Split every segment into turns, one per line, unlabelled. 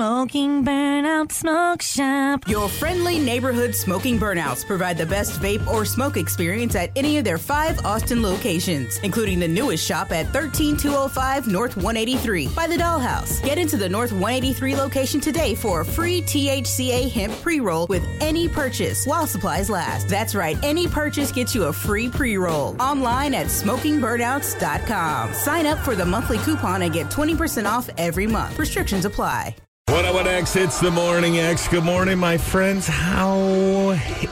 Smoking Burnout Smoke Shop.
Your friendly neighborhood smoking burnouts provide the best vape or smoke experience at any of their five Austin locations, including the newest shop at 13205 North 183 by the Dollhouse. Get into the North 183 location today for a free THCA hemp pre roll with any purchase while supplies last. That's right, any purchase gets you a free pre roll. Online at smokingburnouts.com. Sign up for the monthly coupon and get 20% off every month. Restrictions apply.
What up, what oh X? It's the Morning X. Good morning, my friends. How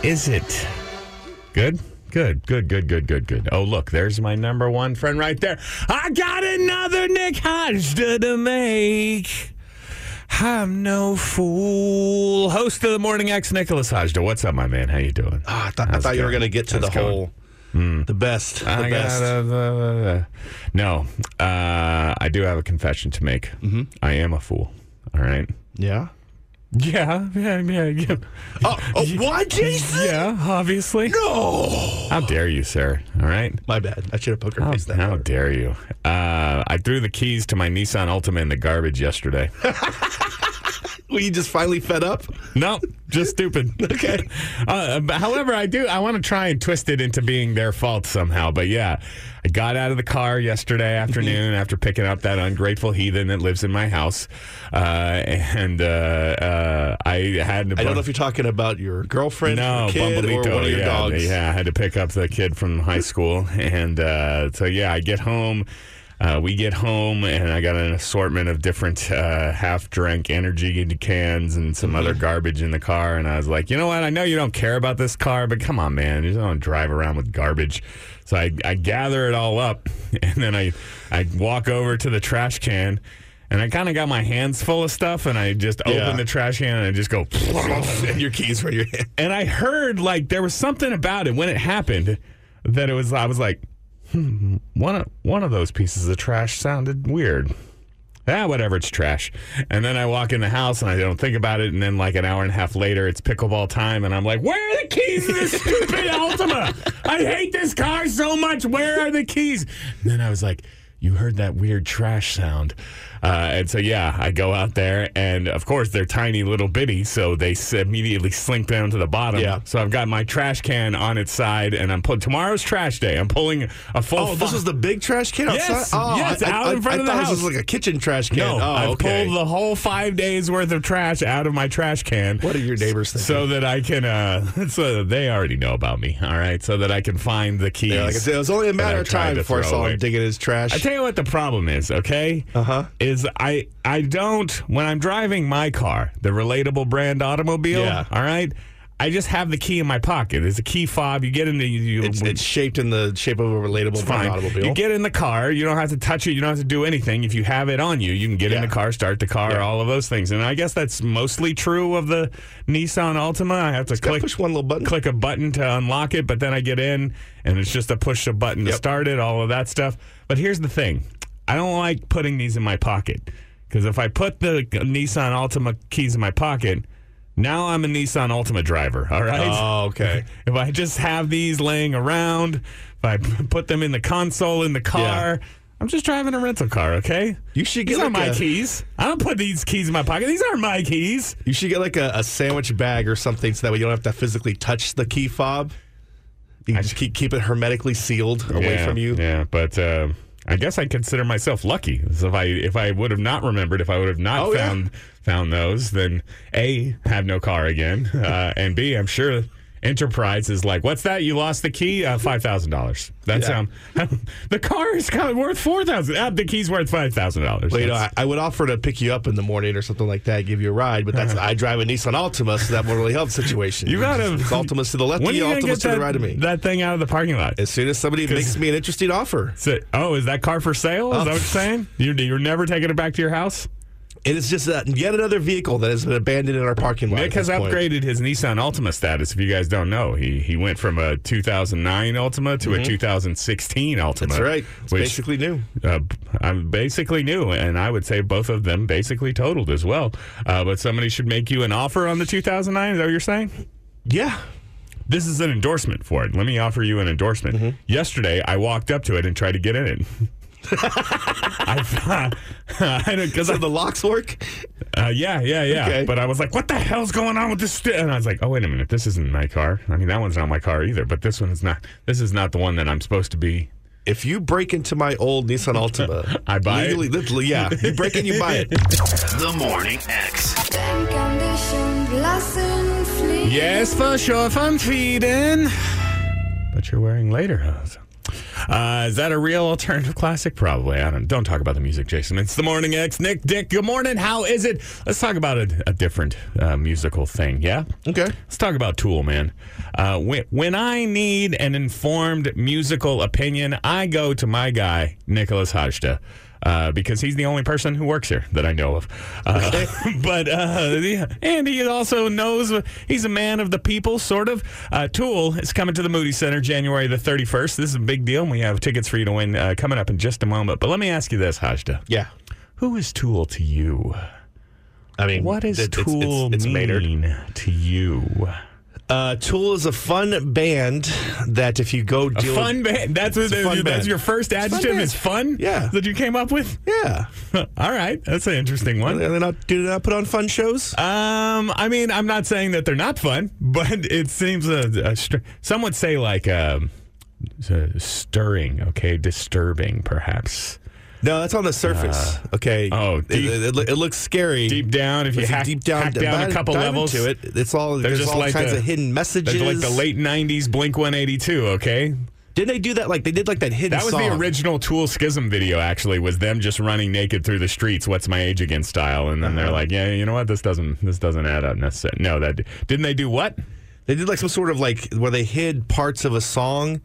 is it? Good? Good, good, good, good, good, good. Oh, look, there's my number one friend right there. I got another Nick Hodgda to make. I'm no fool. Host of the Morning X, Nicholas Hodgda. What's up, my man? How you doing?
Ah, I thought, I
How's
thought
it
you were
going?
going to get to
How's
the
it going? Hmm.
whole, the best, the
I
best.
got a- uh, uh, no, uh, I do have a confession to make. I am a fool. All right.
yeah.
Yeah, yeah, yeah, yeah.
Oh, oh why, Jason?
Yeah, obviously.
No.
How dare you, sir? All right.
My bad. I should have poker
How,
faced that.
how
harder.
dare you? Uh, I threw the keys to my Nissan Ultima in the garbage yesterday.
Were you just finally fed up?
no, just stupid. okay. Uh, but however, I do. I want to try and twist it into being their fault somehow. But yeah, I got out of the car yesterday afternoon after picking up that ungrateful heathen that lives in my house, uh, and uh, uh, I had.
I don't know if you're talking about your girlfriend,
No,
your kid,
Bumblebeeto,
or one of your
yeah,
dogs.
Yeah, I had to pick up the kid from high school, and uh, so yeah, I get home. Uh, we get home, and I got an assortment of different uh, half-drank energy cans and some other
Mm-hmm.
garbage in the car. And I was like, you know what? I know you don't care about this car, but come on, man, you don't drive around with garbage. So I, I gather it all up, and then I, I walk over to the trash can. And I kind of got my hands full of stuff, and I just open
Yeah.
the trash can and I just go,
and your keys were in your hand.
and I heard like there was something about it when it happened that it was I was like, hmm, one of one of those pieces of trash sounded weird. Ah, whatever, it's trash. And then I walk in the house and I don't think about it. And then, like an hour and a half later, it's pickleball time. And I'm like, where are the keys to this stupid Ultima? I hate this car so much. Where are the keys? And then I was like, you heard that weird trash sound. Uh, and so, yeah, I go out there. And of course, they're tiny little bitty. So they s- immediately slink down to the bottom.
Yeah.
So I've got my trash can on its side. And I'm pulling tomorrow's trash day. I'm pulling a full.
Oh, this
fu-
is the big trash can
Yes,
outside? oh,
yes,
I,
out
I,
in front
I
of the
thought This
house.
was like a kitchen trash can.
No,
oh,
I've
okay.
pulled the whole five days worth of trash out of my trash can.
What are your neighbors thinking?
So that I can, uh, so that they already know about me. All right, so that I can find the keys.
yeah, like I said, it was only a
that
matter
I
of
tried
time
to
before I
throw
saw
away.
him digging his trash.
I tell you what the problem is, okay? Uh
Uh-huh.
huh. Is I I don't when I'm driving my car, the relatable brand automobile.
Yeah.
All right. I just have the key in my pocket. There's a key fob. You get into you.
it's,
you-
it's shaped in the shape of a relatable
fine.
automobile.
You get in the car. You don't have to touch it. You don't have to do anything. If you have it on you, you can get in
Yeah.
the car, start the car,
Yeah.
all of those things. And I guess that's mostly true of the Nissan Altima. I have to
Gotta
click
push one little button.
click a button to unlock it, but then I get in and it's just a push a button to
Yep.
start it, all of that stuff. But here's the thing I don't like putting these in my pocket because if I put the Nissan Altima keys in my pocket, now I'm a Nissan Altima driver, all right?
Oh, okay.
If I just have these laying around, if I p- put them in the console in the car, I'm just driving a rental car, okay?
You should
these
get
aren't
like
my
a-
keys. I don't put these keys in my pocket. These aren't my keys.
You should get like a, a sandwich bag or something so that way you don't have to physically touch the key fob. You can just keep, keep it hermetically sealed away
Yeah,
from you.
Yeah, but uh, I guess I consider myself lucky. So if I if I would have not remembered, if I would have not
Oh, yeah.
found found those, then a have no car again, uh, and b I'm sure. Enterprise is like, what's that? You lost the key? Uh, five thousand dollars. That's
Yeah.
um, the car is kind of worth four thousand. Uh, the key's worth five thousand dollars.
Well, you know, I, I would offer to pick you up in the morning or something like that, give you a ride, but that's I drive a Nissan Altima, so that won't really help the situation.
You gotta-
It's Altimas to the left,
when
of
are
you
you gonna
Altimas
get
to
that,
the right of me.
that thing out of the parking lot?
as soon as somebody makes me an interesting offer,
So- oh, is that car for sale? Is
Oh.
that what you're saying? You're, you're never taking it back to your house?
it is just uh, yet another vehicle that has been abandoned in our parking lot.
Nick
at
has
this point.
upgraded his Nissan Altima status. If you guys don't know, he he went from a 2009 Altima to a 2016 Altima.
Mm-hmm. That's right. It's
which
basically new.
uh, I'm basically new, and I would say both of them basically totaled as well. Uh, but somebody should make you an offer on the 2009. Is that what you're saying?
Yeah.
This is
Mm-hmm.
an endorsement for it. Let me offer you an endorsement. Yesterday, I walked up to it and tried to get in it. I, I don't because
Is that the locks work?
Uh, yeah, yeah, yeah.
Okay.
But I was like, what the hell's going on with this? St-? And I was like, oh, wait a minute. This isn't my car. I mean, that one's not my car either, but this one is not. This is not the one that I'm supposed to be.
If you break into my old Nissan Altima,
I buy it?
legally, Literally, yeah. You break in, you buy it.
The Morning X.
lassen fliegen.
Yes, for sure. From Feeden. But you're wearing later hose. Uh, is that a real alternative classic? Probably. I don't. Don't talk about the music, Jason. It's the morning X. Nick, Dick. Good morning. How is it? Let's talk about a, a different uh, musical thing. Yeah.
Okay.
Let's talk about Tool, man. Uh, when, when I need an informed musical opinion, I go to my guy, Nicholas Hajda. Uh, because he's the only person who works here that I know of. Uh, But, uh, yeah, and he also knows he's a man of the people, sort of. Uh, Tool is coming to the Moody Center January the 31st. This is a big deal, and we have tickets for you to win uh, coming up in just a moment. But let me ask you this, Hajda.
Yeah.
Who is Tool to you?
I mean,
What is
it- it's- it's-
Tool
it's Maynard.
mean to you?
Uh, Tool is a fun band that if you go
A
deal
fun band. That's what
a
that's,
fun band.
your first
It's a fun
adjective
band.
is fun.
Yeah.
that you came up with.
yeah,
All right, that's an interesting
are
one.
they not do they not put on fun shows?
Um, I mean, I'm not saying that they're not fun, but it seems a, a str- some would say like um, s- uh, stirring. Okay, disturbing, perhaps.
No, that's on the surface. okay.
oh,
It-
deep-
it, it, loo- it looks scary.
Deep down, if you
If you
hack,
deep down,
hack down
dive-
a couple
dive
levels
into it, it's all
They're
there's
just
all
like
kinds
the-
of hidden
that's
messages.
like the late '90s Blink 182. Okay,
Didn't they do that? Like they did like that hidden.
That was the
song.
original Tool Schism video, actually, was them just running naked through the streets, what's my age again style. And then
Uh-huh.
they're like, yeah, you know what? This doesn't this doesn't add up necessarily. No, that didn't they do what?
They did like some sort of like where they hid parts of a song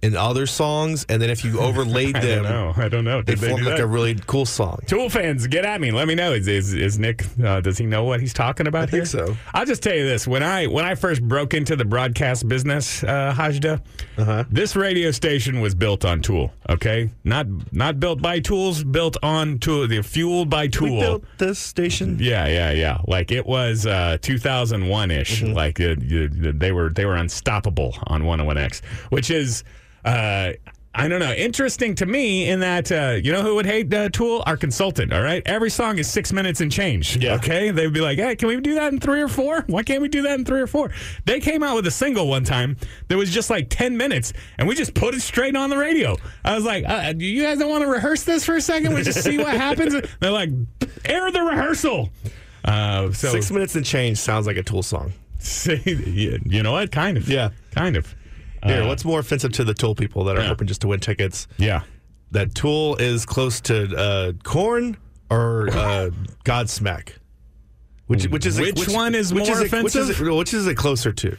in other songs, and then if you overlaid
I don't
them,
know. I don't know.
they
Did they,
formed
do
like
that?
a really cool song.
Tool fans, get at me. Let me know. Is is, is Nick? Uh, does he know what he's talking about
think
here?
so.
I'll just tell you this: when I when I first broke into the broadcast business, uh, Hajda,
Uh-huh.
this radio station was built on Tool. Okay, not not built by tools, built on Tool. They're fueled by Tool.
We built this station.
Yeah, yeah, yeah. Like it was uh, 2001 ish. Like uh, you, they were they were unstoppable on 101X, which is uh, I don't know, interesting to me in that uh, you know who would hate uh, Tool? Our consultant. All right, every song is six minutes and change.
Yeah.
Okay, they'd be like, hey, can we do that in three or four? Why can't we do that in three or four? They came out with a single one time that was just like 10 minutes, and we just put it straight on the radio. I was like, uh, do you guys don't want to rehearse this for a second? We just see what happens. They're like, air the rehearsal. Uh, so
Six minutes and change sounds like a Tool song.
you you know what? Kind of.
Yeah.
Kind of.
Here,
Uh,
what's more offensive to the Tool people that are
Yeah.
hoping just to win tickets?
Yeah.
That Tool is close to uh, Corn or uh, Godsmack. Which, which is
Which one is more
it- which is
offensive?
it- which is it closer to?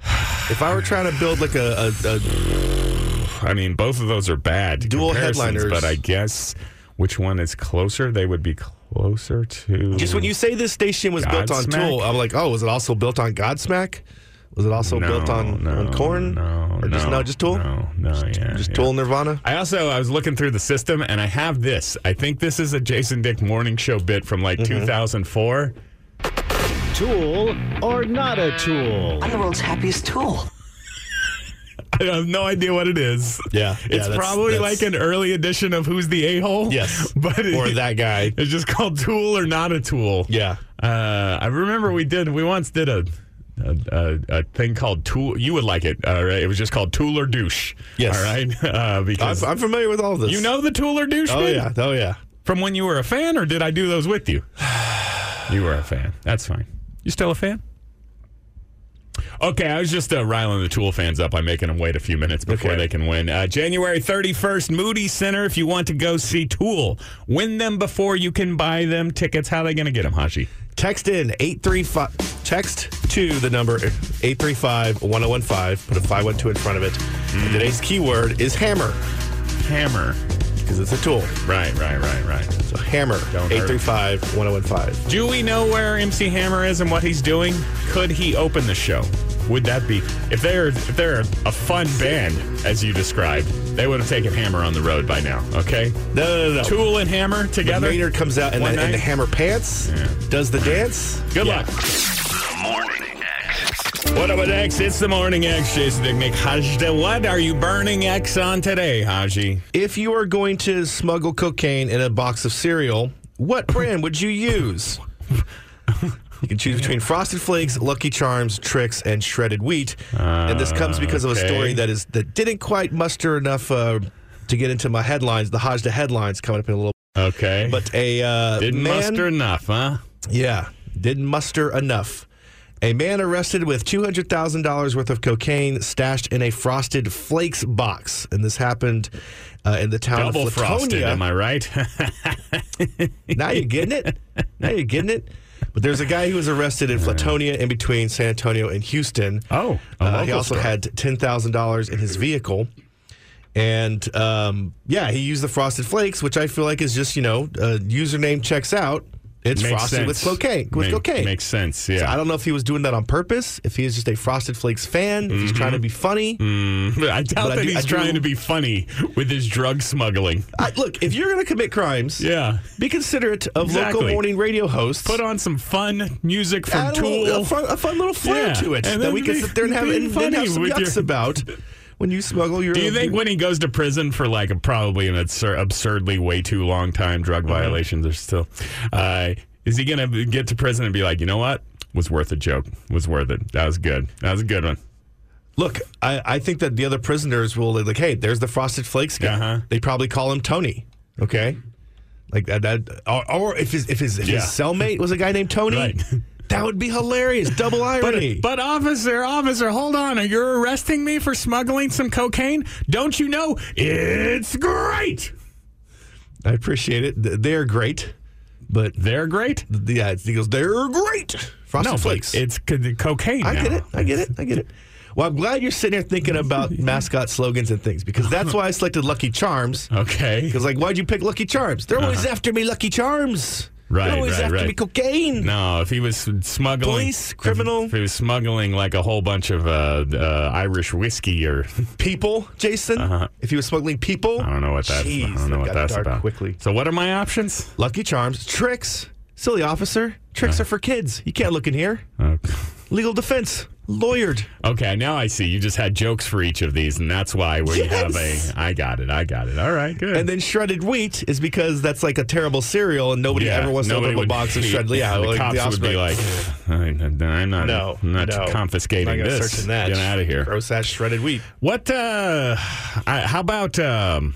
If I were trying to build like a, a, a
I mean, both of those are bad
Dual
comparisons,
headliners.
but I guess which one is closer? They would be closer to.
Just when you say this station was built on
Godsmack?
Tool, I'm like, oh, was it also built on Godsmack? Was it also built on, on Corn?
No,
or just
no,
no, just Tool?
No, no, yeah,
Just
yeah.
Tool and Nirvana?
I also I was looking through the system and I have this. I think this is a Jason Dick morning show bit from like
Mm-hmm.
2004.
Tool or not a tool?
I'm the world's happiest tool.
I have no idea what it is.
Yeah, yeah,
it's
that's-
probably like
that's-
an early edition of Who's the A Hole.
Yes.
but it-
or that guy.
It's just called Tool or Not a Tool.
Yeah.
Uh, I remember we did. We once did a a, a, a thing called Tool. You would like it. All right. It was just called Tool or Douche.
Yes.
All right. Uh,
I'm,
because
I'm familiar with all this.
you know the Tool or Douche.
Oh,
bit?
yeah. Oh, yeah.
From when you were a fan, or did I do those with you? you were a fan. That's fine. You still a fan? Okay, I was just uh, riling the Tool fans up by making them wait a few minutes before
Okay.
they can win. Uh, January 31st, Moody Center. If you want to go see Tool, win them before you can buy them tickets. How are they going to get them, Hashi?
Text in 835. Text to the number 835 1015. Put a 512 in front of it.
Hmm.
And today's keyword is hammer
Hammer.
because it's a tool.
Right, right, right, right.
So hammer
Don't hurt.
835 1015.
Do we know where MC Hammer is and what he's doing? Could he open the show? Would that be if they're if they're a fun band as you described? They would have taken Hammer on the road by now. Okay,
No, no, no, no.
Tool and Hammer
When
together.
Maynard comes out in
One
the, in
night?
the hammer pants,
Yeah.
does the dance.
Good
Yeah.
luck.
The Morning X.
What up, with X? It's the morning X. Jason Dicknick. Hajda, what are you burning X on today, Haji?
If you are going to smuggle cocaine in a box of cereal, what brand would you use? You can choose between Frosted Flakes, Lucky Charms, Tricks, and shredded wheat. and this comes because of a
Uh, okay.
story that is that didn't quite muster enough uh, to get into my headlines. The Hajda headlines coming up in a little.
Okay.
But a uh,
Didn't
man,
muster enough, huh?
Yeah, didn't muster enough. A man arrested with $200,000 worth of cocaine stashed in a frosted flakes box. And this happened uh, in the town
Double
of
frosted,
Latonia.
am I right?
now you're getting it. Now you're getting it. But there's a guy who was arrested in Flatonia in between San Antonio and Houston.
Oh, a
Uh, he
local
also
store.
had $10,000 in his vehicle. And um, yeah, he used the Frosted Flakes, which I feel like is just, you know, uh, username checks out. It's
Makes
frosted with
sense.
cocaine. With
Make-
cocaine.
Makes sense, yeah.
I don't know if he was doing that on purpose, if he is just a Frosted Flakes fan, if he's trying to be funny.
Mm-hmm. But I doubt
But I
that
do-
he's
I do-
trying to be funny with his drug smuggling.
I- look, if you're going to commit crimes,
Yeah.
be considerate of
Exactly.
local morning radio hosts.
Put on some fun music from
Add a
Tool.
little- A, fun, a fun little flair
Yeah,
to it
and
that
then
we can
be-
sit there and have,
be
and, and
funny
have some
with your-
yucks about when you smuggle your.
Do you think when he goes to prison for like a, probably an absur- absurdly way too long time drug
Mm-hmm.
violations are still, uh, is he gonna b- get to prison and be like, you know what, was worth a joke, was worth it, that was good, that was a good one.
Look, I, I think that the other prisoners will like, hey, there's the Frosted Flakes guy.
Uh-huh.
They probably call him Tony. Okay, like that. that or, or if his if his, if
Yeah.
his cellmate was a guy named Tony,
Right.
that would be hilarious. Double irony.
But, but officer, officer, hold on, you're arresting me for smuggling some cocaine? Don't you know it's great?
I appreciate it. Th- They're great, but
They're great.
yeah, he goes, they're great. Frosted
No,
Flakes.
flakes. It's c- cocaine.
I
now.
get it. I get it. I get it. Well, I'm glad you're sitting here thinking about mascot slogans and things because that's why I selected Lucky
Uh-huh.
Charms.
Okay.
Because, like, why'd you pick Lucky Charms? They're always after me, Lucky Charms.
Uh-huh. Right,
They're always
right,
after
right.
me, cocaine.
No, if he was smuggling
Police, criminal.
if, if he was smuggling like a whole bunch of uh, uh, Irish whiskey or
People, Jason. If he was smuggling people,
Uh-huh. I don't know what that's
Jeez,
I don't know
that
what
got
that's
dark
about.
Quickly,
So what are my options?
Lucky Charms, tricks. Silly officer,
Uh-huh.
tricks are for kids. You can't look in here.
Okay.
Legal defense, lawyered.
okay, now I see. You just had jokes for each of these, and that's why we have
Yes.
a. I got it. I got it. All right, good.
And then shredded wheat is because that's like a terrible cereal, and nobody
Yeah,
ever wants to
nobody
open up a
would-
box of shredded. Yeah,
the
like,
cops would
officer
be like, "I'm I'm not,
No,
I'm not
no.
confiscating
I'm not
this.
Searching that.
Get out of here.
Gross ass shredded wheat.
What? Uh, I, how about? Um,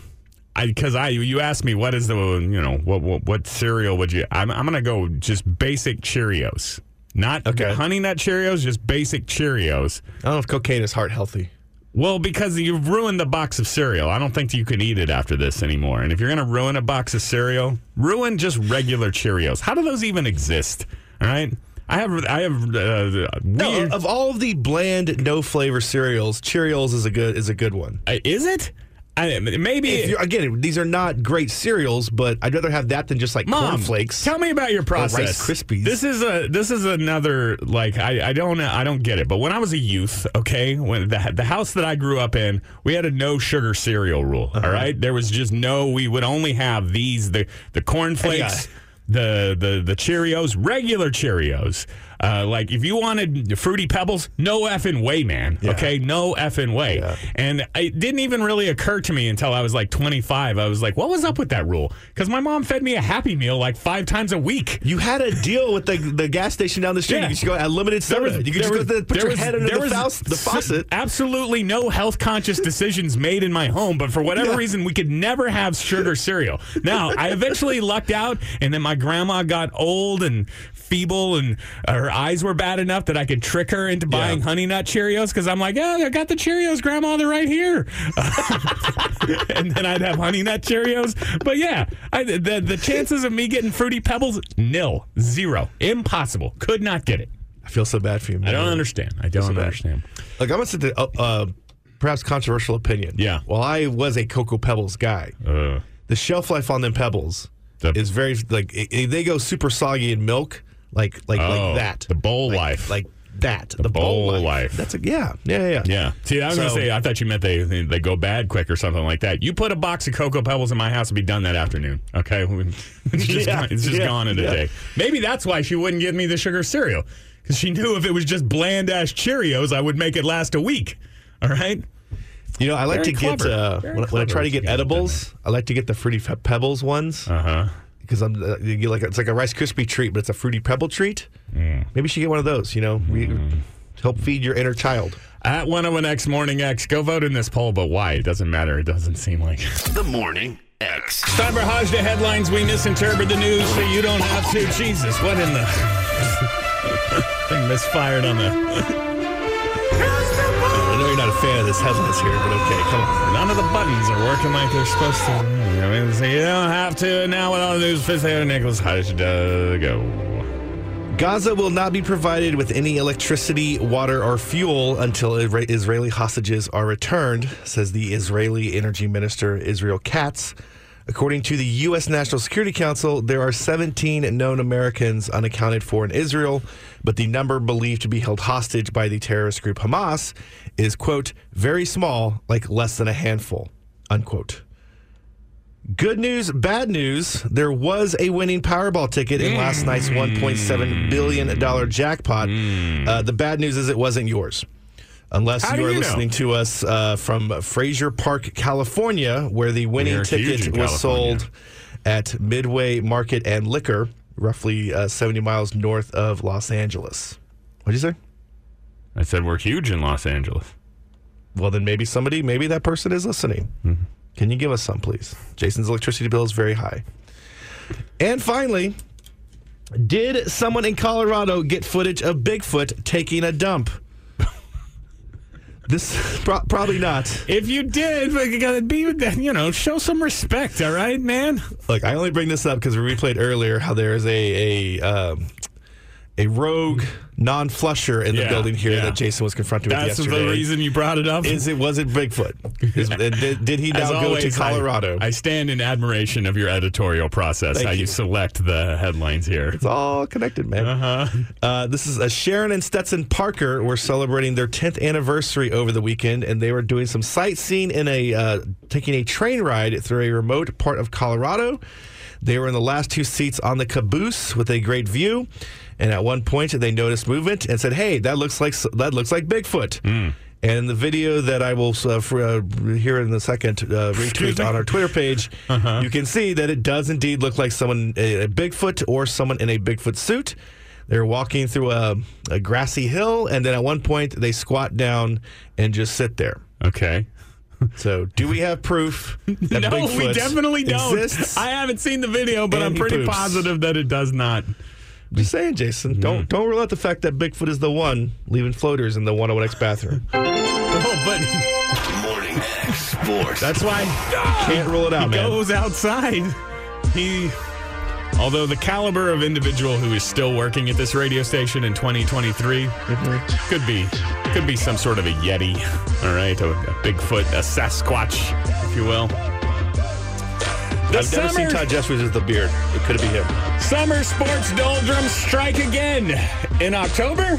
I because I you asked me what is the you know what what, what cereal would you? I'm I'm gonna go just basic Cheerios, not
Okay.
Honey Nut Cheerios, just basic Cheerios.
I don't know if cocaine is heart healthy.
Well, because you've ruined the box of cereal. I don't think you can eat it after this anymore. And if you're gonna ruin a box of cereal, ruin just regular Cheerios. How do those even exist? All right. I have I have uh, weird.
No, of all of the bland, no flavor cereals, Cheerios is a good is a good one.
Uh, is it? I, maybe
If you're, again, these are not great cereals, but I'd rather have that than just like
Mom,
cornflakes.
Tell me about your process.
Rice Krispies.
This is a this is another like I, I don't I don't get it. But when I was a youth, okay, when the the house that I grew up in, we had a no sugar cereal rule.
Uh-huh.
all right, there was just no. We would only have these the the cornflakes.
Yeah.
The, the the Cheerios, regular Cheerios. Uh, like if you wanted fruity pebbles, no effing way, man. Okay, no effing way. And it didn't even really occur to me until I was like 25. I was like, what was up with that rule? Because my mom fed me a Happy Meal like five times a week.
You had a deal with the, the gas station down the street.
Yeah.
You could just go at limited soda. you could just go to the, put
there
your
was-
head under
there
the,
was
faus- the
s-
faucet.
Absolutely no health conscious decisions made in my home, but for whatever
Yeah.
reason, we could never have sugar cereal. Now, I eventually lucked out, and then my grandma got old and feeble, and her eyes were bad enough that I could trick her into buying Honey Nut Cheerios because I'm like, oh, I got the Cheerios, Grandma, they're right here. and then I'd have Honey Nut Cheerios. But yeah, I, the, the chances of me getting Fruity Pebbles, nil, zero, impossible. Could not get it.
I feel so bad for you. Man.
I don't understand. I don't
so bad.
understand.
Like I'm gonna sit there. Uh, uh, perhaps controversial opinion.
Yeah.
While I was a Cocoa Pebbles guy,
Uh,
the shelf life on them pebbles
The-
is very like i- i- they go super soggy in milk, like like
Oh,
like that.
the bowl
Like-
life.
like that. The,
bowl life.
That's a yeah, yeah, yeah. yeah.
yeah. See, I was gonna
So-
say I thought you meant they they go bad quick or something like that. You put a box of cocoa pebbles in my house, it'd be done that afternoon. Okay, it's just,
Yeah,
gone, it's just
yeah,
gone in a
yeah.
day. Maybe that's why she wouldn't give me the sugar cereal because she knew if it was just bland ass Cheerios, I would make it last a week. All right.
You know, I like
Very
to
clever.
get uh,
Very
when, when I
clever
try
what
to
you
get
guys have done
edibles. I like to get the fruity Fe- pebbles ones
Uh huh.
because I'm uh, you get like it's like a Rice Krispie treat, but it's a fruity pebble treat.
Mm.
Maybe you should get one of those. You know, we help feed your inner child.
At 101X Morning X, go vote in this poll, but why? It doesn't matter. It doesn't seem like. It's
The Morning X.
time for Hodge to headlines. We misinterpret the news so you don't have to. Jesus, what in the. Thing misfired on the.
I know you're not a fan of this headlines here, but okay, come on.
None of the buttons are working like they're supposed to. I mean, so you don't have to. Now, with all the news, Fifth Avenue Nicholas Hodge, uh, go.
Gaza will not be provided with any electricity, water, or fuel until Isra- Israeli hostages are returned, says the Israeli Energy Minister Israel Katz. According to the U.S. National Security Council, there are 17 known Americans unaccounted for in Israel, but the number believed to be held hostage by the terrorist group Hamas is, quote, very small, like less than a handful, unquote. Good news, bad news. There was a winning Powerball ticket in last night's
Hmm.
$1.7 billion dollar jackpot. Uh, the bad news is it wasn't yours. Unless
How
you
do
are
you know?
listening to us uh, from Fraser Park, California, where the
We
winning
are huge in
ticket was
California.
sold at Midway Market and Liquor, roughly uh, 70 miles north of Los Angeles. What'd you say?
I said we're huge in Los Angeles.
Well, then maybe somebody, maybe that person is listening.
Mm-hmm.
Can you give us some, please? Jason's electricity bill is very high. And finally, did someone in Colorado get footage of Bigfoot taking a dump? this pro- probably not.
If you did, like, you gotta be, you know, show some respect, all right, man?
Look, I only bring this up because we replayed earlier how there is a a um, a rogue non-flusher in the
Yeah,
building here
yeah.
that Jason was confronted
That's
with yesterday.
the reason you brought it up.
Is it wasn't Bigfoot? Is- did, did he now
As
go
always,
to
I-
Colorado?
I, stand in admiration of your editorial process,
Thank
how you.
you.
select the headlines here.
It's all connected, man. Uh-huh. this is a Sharon and Stetson Parker were celebrating their 10th anniversary over the weekend, and they were doing some sightseeing in a uh, taking a train ride through a remote part of Colorado. They were in the last two seats on the caboose with a great view, and at one point they noticed movement and said, "Hey, that looks like that looks like Bigfoot." And in the video that I will uh, f- uh, here in a second uh, retweet on our Twitter page, you can see that it does indeed look like someone, a, a Bigfoot or someone in a Bigfoot suit. They're walking through a, a grassy hill, and then at one point they squat down and just sit there.
Okay.
So, do we have proof that
no,
Bigfoot
we definitely don't.
exists?
I haven't seen the video, but
And
I'm
he
pretty
poops.
positive that it does not.
Just saying, Jason. Don't don't rule out the fact that Bigfoot is the one leaving floaters in the 101X bathroom.
Oh, but
Morning X Sports.
that's why
Can't rule it out,
he
man.
goes outside. He, although the caliber of individual who is still working at this radio station in 2023 could be could be some sort of a yeti. All right, a, a Bigfoot, a Sasquatch, if you will.
I've
The
never seen
summer-
Todd Jeffries with the beard. It could be him.
Summer sports doldrums strike again in October.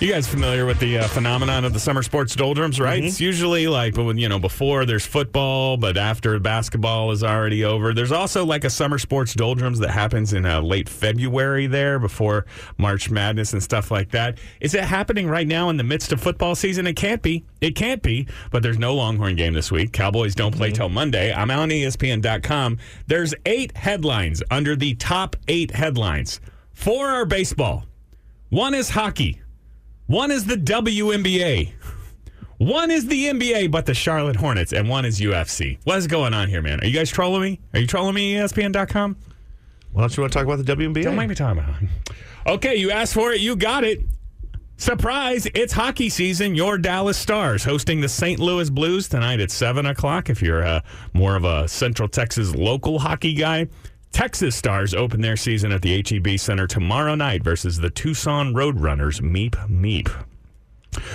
You guys familiar with the uh, phenomenon of the summer sports doldrums, right? It's usually like but when you know before there's football, but after basketball is already over. There's also like a summer sports doldrums that happens in uh, late February there before March Madness and stuff like that. Is it happening right now in the midst of football season? It can't be. It can't be. But there's no Longhorn game this week. Cowboys don't play till Monday. I'm on E ESPN.com. There's eight headlines under the top eight headlines. Four are baseball. One is hockey. One is the WNBA. One is the NBA, but the Charlotte Hornets, and one is UFC. What is going on here, man? Are you guys trolling me? Are you trolling me, E ESPN.com?
Why don't you want to talk about the WNBA?
Don't make me talk about it. Okay, you asked for it, you got it. Surprise, it's hockey season. Your Dallas Stars hosting the St. Louis Blues tonight at 7 o'clock. If you're uh, more of a Central Texas local hockey guy, Texas Stars open their season at the HEB Center tomorrow night versus the Tucson Roadrunners. Meep, meep.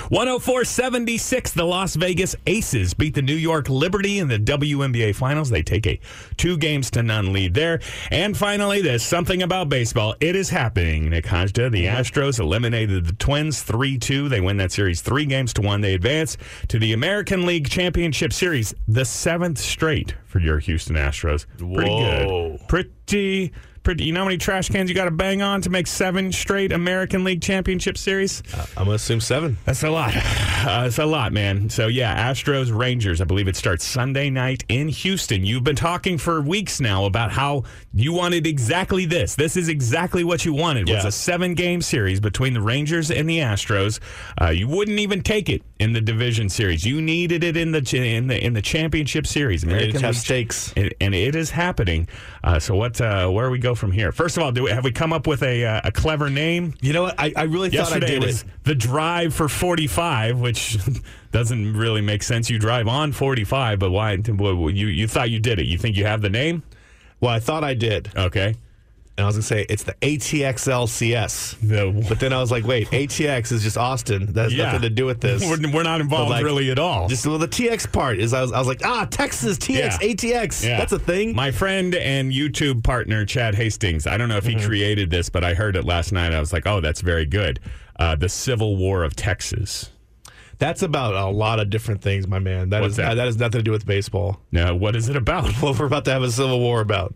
104 76, the Las Vegas Aces beat the New York Liberty in the WNBA Finals. They take a two games to none lead there. And finally, there's something about baseball. It is happening, Nick Hajda. The Astros eliminated the Twins 3 2. They win that series three games to one. They advance to the American League Championship Series, the seventh straight for your Houston Astros. Pretty
Whoa.
good. Pretty, pretty. You know how many trash cans you got to bang on to make seven straight American League Championship Series?
I'm gonna assume seven.
That's a lot. Uh, it's a lot, man. So yeah, Astros Rangers. I believe it starts Sunday night in Houston. You've been talking for weeks now about how you wanted exactly this. This is exactly what you wanted. Was
Yeah.
a seven game series between the Rangers and the Astros. Uh, you wouldn't even take it in the division series. You needed it in the ch- in the in the championship series.
Ready to
League-
have stakes.
and, and it is happening. Uh, so what? Uh, where we go from here? First of all, do we, have we come up with a uh, a clever name?
You know what? I, I really
Yesterday
thought I did
was
it.
the drive for 45, which doesn't really make sense. You drive on 45, but why? You you thought you did it? You think you have the name?
Well, I thought I did,
Okay.
and I was gonna say it's the ATXLCS. But
The,
then I was like, wait, ATX is just Austin. That has
Yeah.
nothing to do with this.
we're, we're not involved
like,
really at all.
Just well, the TX part is I was, I was like, ah, Texas, TX,
Yeah.
ATX.
Yeah.
That's a thing.
My friend and YouTube partner Chad Hastings. I don't know if he
Mm-hmm.
created this, but I heard it last night. I was like, "Oh, that's very good." Uh, the Civil War of Texas.
That's about a lot of different things, my man. That
What's
is
that?
that has nothing to do with baseball.
Now, what is it about?
What we're about to have a civil war about.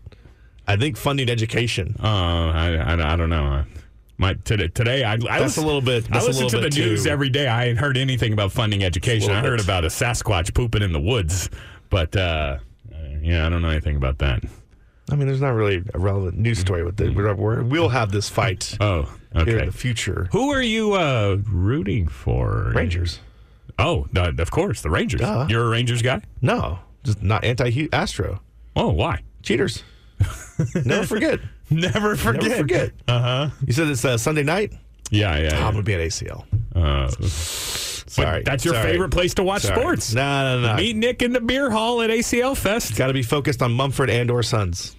I think funding education.
Uh, I, I, I don't know. My today, today I, I
That's a little bit-
I
that's a
listen to
little
the
bit
news
too-
every day. I ain't heard anything about funding education. I
Little
heard
bit.
about a Sasquatch pooping in the woods, but uh, yeah, I don't know anything about that.
I mean, there's not really a relevant news story with it. We're, we're, we'll have this fight
Oh,
here
okay.
in the future.
Who are you uh, rooting for?
Rangers?
Oh, uh, of course, the Rangers.
Duh.
You're a Rangers guy.
No, just not anti-Astro
Oh, why?
cheaters. Never forget.
Never forget. Uh-huh.
Never forget. Uh huh. You said it's uh, Sunday night.
Yeah,
Oh, I'm
yeah.
gonna be at ACL.
yeah. Uh, but
Sorry,
that's your
Sorry.
favorite place to watch
Sorry.
sports.
No, no, no.
Meet Nick in the beer hall at ACL Fest.
Got to be focused on Mumford and or Sons.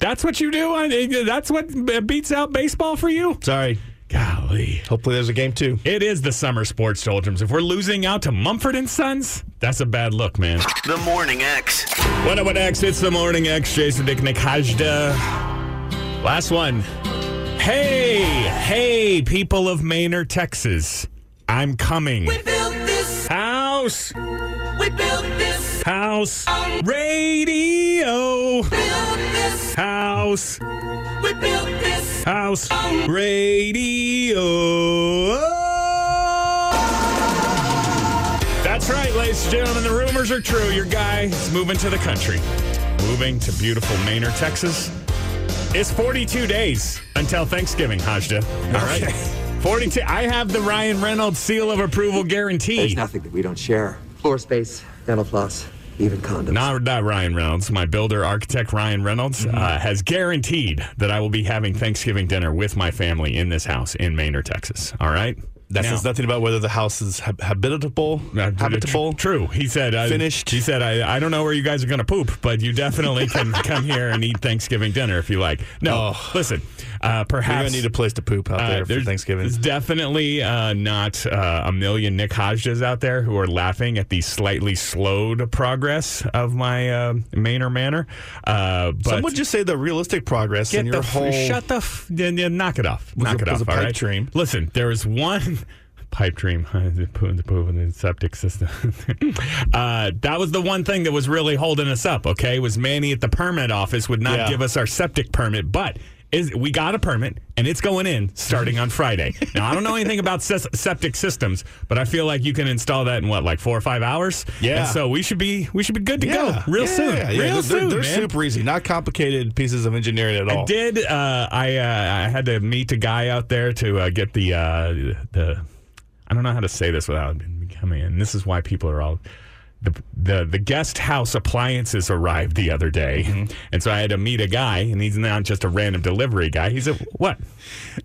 That's what you do. I- That's what b- beats out baseball for you.
Sorry.
Golly,
Hopefully, there's a game too.
it is the summer sports doldrums. If we're losing out to Mumford and Sons, that's a bad look, man.
The Morning X.
What up, what X? It's the morning X. Jason Dick Nick Hajda. Last one. Hey, hey, people of Manor, Texas, I'm coming. House. House radio. House. House radio. That's right, ladies and gentlemen. The rumors are true. Your guy is moving to the country, moving to beautiful Manor, Texas. It's 42 days until Thanksgiving, Hajda. All right. 42. I have the Ryan Reynolds seal of approval guarantee.
There's nothing that we don't share. Floor space, dental floss, even condoms.
Not, not Ryan Reynolds. My builder architect Ryan Reynolds
Mm-hmm.
uh, has guaranteed that I will be having Thanksgiving dinner with my family in this house in Manor, Texas. All right.
That
Now-
says nothing about whether the house is hab- habitable,
Uh, tr-
habitable.
tr- True. He said. I,
Finished.
He said, I, I don't know where you guys are going to poop, but you definitely can come here and eat Thanksgiving dinner if you like. No, listen. Uh,
You're
perhaps
gonna Oh. need a place to poop out
uh,
there for
there's-
Thanksgiving.
There's definitely uh, not uh, a million Nick Hodges out there who are laughing at the slightly slowed progress of my uh, Manor manner. Uh, but
Some would just say the realistic progress
get
in your
the f-
whole.
shut the f- yeah, yeah, knock it off.
Was
knock
a-
it
was
off.
a
all
pipe
right?
dream.
Listen, there is one pipe dream. the poo in the poo in the septic system. uh, that was the one thing that was really holding us up. Okay, was Manny at the permit office would not
Yeah.
give us our septic permit, but. Is, we got a permit and it's going in starting on Friday. Now, I don't know anything about ses- septic systems, but I feel like you can install that in what, like four or five hours?
Yeah.
And so we should be we should be good to
yeah,
go real
yeah,
soon.
Yeah,
real
they're,
soon.
They're,
man.
super easy, not complicated pieces of engineering at all.
I did. Uh, I uh, I had to meet a guy out there to uh, get the uh, the. I don't know how to say this without becoming. And this is why people are all. The, the the guest house appliances arrived the other day, and so I had to meet a guy, and he's not just a random delivery guy. He's a what?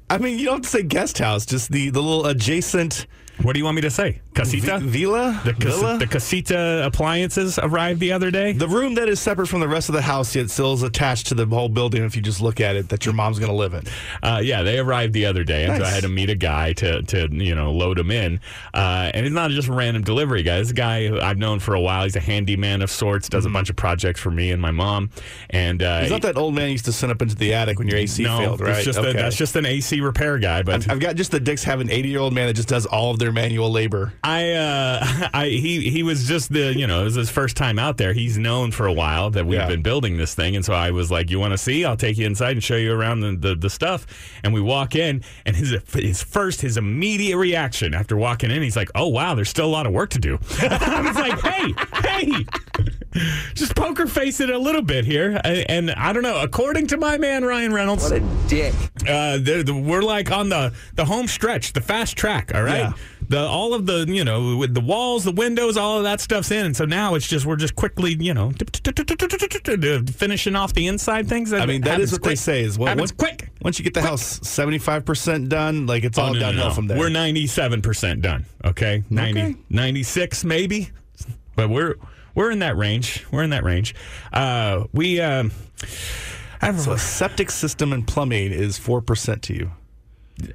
I mean, you don't have to say guest house, just the, the little adjacent
What do you want me to say?
vi-
Casita.
villa,
the, cas-
villa?
the casita appliances arrived the other day.
The room that is separate from the rest of the house, yet still is attached to the whole building. If you just look at it, that your mom's gonna live in.
Uh, yeah, they arrived the other day, and so I
Nice.
had to meet a guy to to you know load him in. Uh, and he's not just a random delivery guy. This is a guy who I've known for a while. He's a handyman of sorts. Does a bunch of projects for me and my mom. And uh,
It's Mm-hmm. not that old man you used to send up into the attic when your AC
no,
failed,
that's
right?
just a- that's just an AC repair guy. But
I've got just the dicks have an 80 year old man that just does all of their under manual labor.
I, uh, I, he, he was just the, you know, it was his first time out there. He's known for a while that we've
Yeah.
been building this thing. And so I was like, you want to see? I'll take you inside and show you around the, the, the stuff. And we walk in and his, his first, his immediate reaction after walking in, he's like, oh, wow, there's still a lot of work to do. I was like, hey, hey, just poker face it a little bit here. And, and I don't know, according to my man, Ryan Reynolds,
What a dick.
uh, they're- the- we're like on the the home stretch, the fast track. All right,
Yeah.
the all of the you know with the walls, the windows, all of that stuff's in, and so now it's just we're just quickly you know finishing off the inside things.
I mean, that
happens
is what they
quick.
say is what
happens quick.
Once you get the house 75% done, like it's all
Oh, no, no,
downhill
no.
from there.
We're ninety seven percent done. Okay, 90,
Okay.
96 maybe, but we're we're in that range. We're in that range. Uh, we. Um, I have
so septic system and plumbing is 4% to you.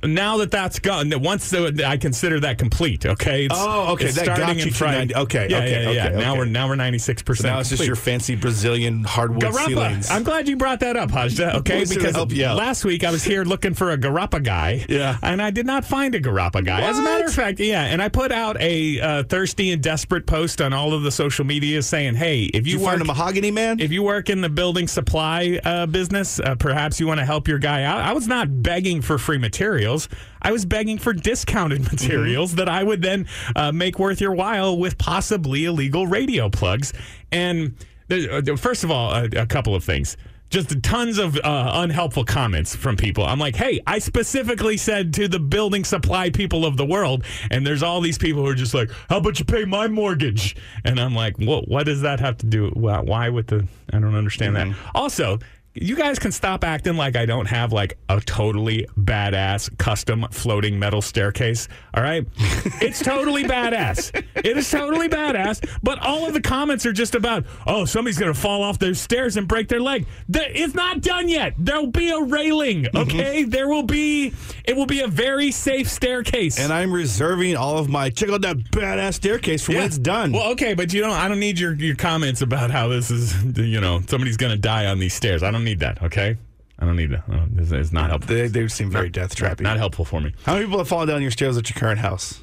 now that that's gone, that once the, I consider that complete. Okay. It's,
Oh, okay,
It's
that
starting
got
in
you to
Friday.
90 okay,
Yeah,
okay,
yeah, yeah.
okay,
Now
okay.
we're now we're ninety six percent.
Now it's just your fancy Brazilian hardwood ceilings.
I'm glad you brought that up, Hajda. Okay,
was here to
because
help you out.
last week I was here looking for a Garapa guy.
Yeah.
and I did not find a Garapa guy. As a matter of fact, yeah, and I put out a uh, thirsty and desperate post on all of the social media saying, "Hey, if you,
you
work
find a mahogany man?
if you work in the building supply uh, business, uh, perhaps you want to help your guy out. I was not begging for free materials. I was begging for discounted materials that I would then uh, make worth your while with possibly illegal radio plugs. And there- uh, there- first of all, a, a couple of things. Just tons of uh, unhelpful comments from people. I'm like, hey, I specifically said to the building supply people of the world, and there's all these people who are just like, how about you pay my mortgage? And I'm like, what? What does that have to do? Why, why with the? I don't understand that. Also, you guys can stop acting like I don't have like a totally badass custom floating metal staircase. All right, it's totally badass. It is totally badass. But all of the comments are just about, oh, somebody's gonna fall off those stairs and break their leg. There- it's not done yet. There'll be a railing. Okay, there will be. It will be a very safe staircase.
and I'm reserving all of my check out that badass staircase for when it's done.
Well, okay, but you don't. I don't need your your comments about how this is. You know, somebody's going to die on these stairs. I don't need that. Okay, I don't need that. I don't- It's, it's not helpful.
they, they seem very death trappy.
Not helpful for me.
How many people have fallen down your stairs at your current house?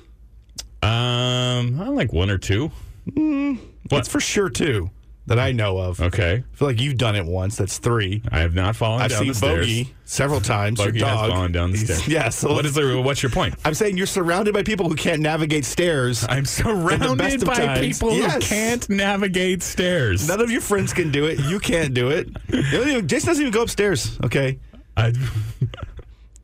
Um, I like one or two. What?
That's for sure too that I know of.
Okay,
I feel like you've done it once. That's three.
I have not fallen
I've
down
seen
the stairs.
Bogey several times.
Bogey
your
has
dog.
fallen down the
He's-
stairs.
Yeah. So
What is the? What's your point?
I'm saying you're surrounded by people who can't navigate stairs.
I'm surrounded
of
by
times,
people who
yes.
can't navigate stairs.
None of your friends can do it. You can't do it. You don't even- Jason doesn't even go upstairs. Okay.
I,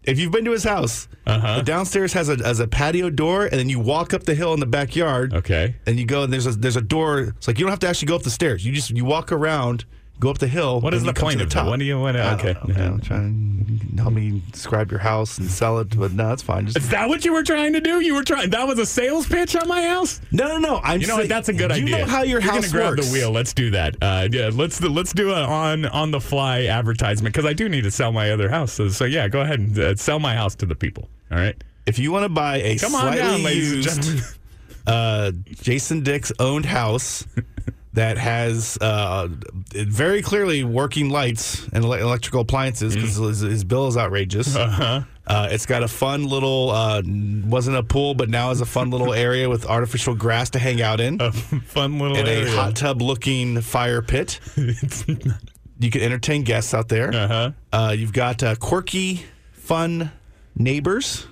If you've been to his house,
Uh-huh.
the downstairs has a has a patio door, and then you walk up the hill in the backyard.
okay.
And you go and there's a there's a door. It's like you don't have to actually go up the stairs. You just you walk around, go up the hill.
What is
and you
the
come
point
to
of
the
that?
top?
What do you want
I
to?
don't
Okay.
know, man. I'm trying to help me describe your house and sell it, but no, it's fine. Just,
Is that what you were trying to do? You were trying. That was a sales pitch on my house.
no, no, no. I'm
You know what?
saying,
That's a good
you
idea.
You know how
You're
your
gonna
house
grab
works.
the wheel. Let's do that. Uh, yeah, let's let's do an on on the fly advertisement because I do need to sell my other house. So, so yeah, go ahead and uh, sell my house to the people. All right,
If you want to buy a
come on
slightly
down, ladies and
used
gentlemen.
uh, Jason Dick's owned house that has uh, very clearly working lights and ele- electrical appliances because his, his bill is outrageous. Uh-huh. it's got a fun little, uh, wasn't a pool, but now is a fun little area with artificial grass to hang out in
A fun little
and
area.
a hot tub looking fire pit.
It's not-
You can entertain guests out there.
uh-huh.
Uh, you've got uh, quirky, fun neighbors.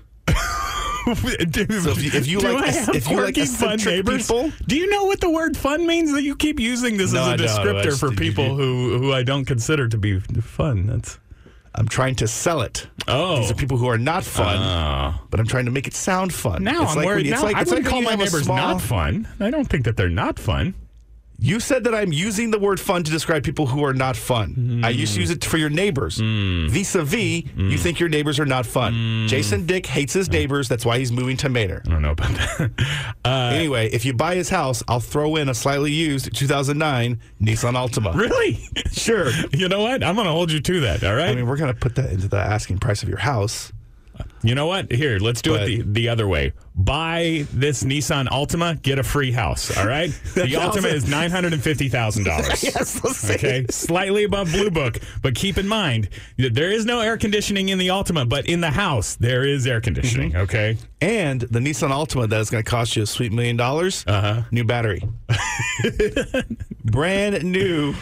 Dude,
if you- if you
do
like
I
ec-
have
if you like
quirky fun
eccentric
neighbors,
people-
do you know what the word "fun" means? That you keep using this
No,
as
I
a
don't. I
descriptor
just-
for people who who I don't consider to be fun. That's
I'm trying to sell it.
oh, Ah.
These are people who are not fun, but I'm trying to make it sound fun.
Now
It's
I'm
like when-
worried.
it's
now
like-
I
it's
wouldn't
like
call
when you
my
have a
neighbors
small-
not fun. I don't think that they're not fun.
You said that I'm using the word fun to describe people who are not fun. I
Hmm.
used to use it for your neighbors. Vis a vis, you think your neighbors are not fun.
Hmm.
Jason Dick hates his neighbors. That's why he's moving to Maynard.
I don't know about that. Uh,
Anyway, if you buy his house, I'll throw in a slightly used 2009 Nissan Altima.
really?
Sure.
you know what? I'm going to hold you to that. All right.
I mean, we're going to put that into the asking price of your house.
You know what? Here, let's do
But-
it the, the other way. Buy this Nissan Altima, get a free house. All right. the Altima is nine hundred and fifty thousand dollars.
Yes, let's see.
Okay, slightly above Blue Book, but keep in mind that there is no air conditioning in the Altima, but in the house there is air conditioning.
Mm-hmm.
Okay,
And the Nissan Altima that is going to cost you a sweet million dollars. Uh-huh. New battery. Brand new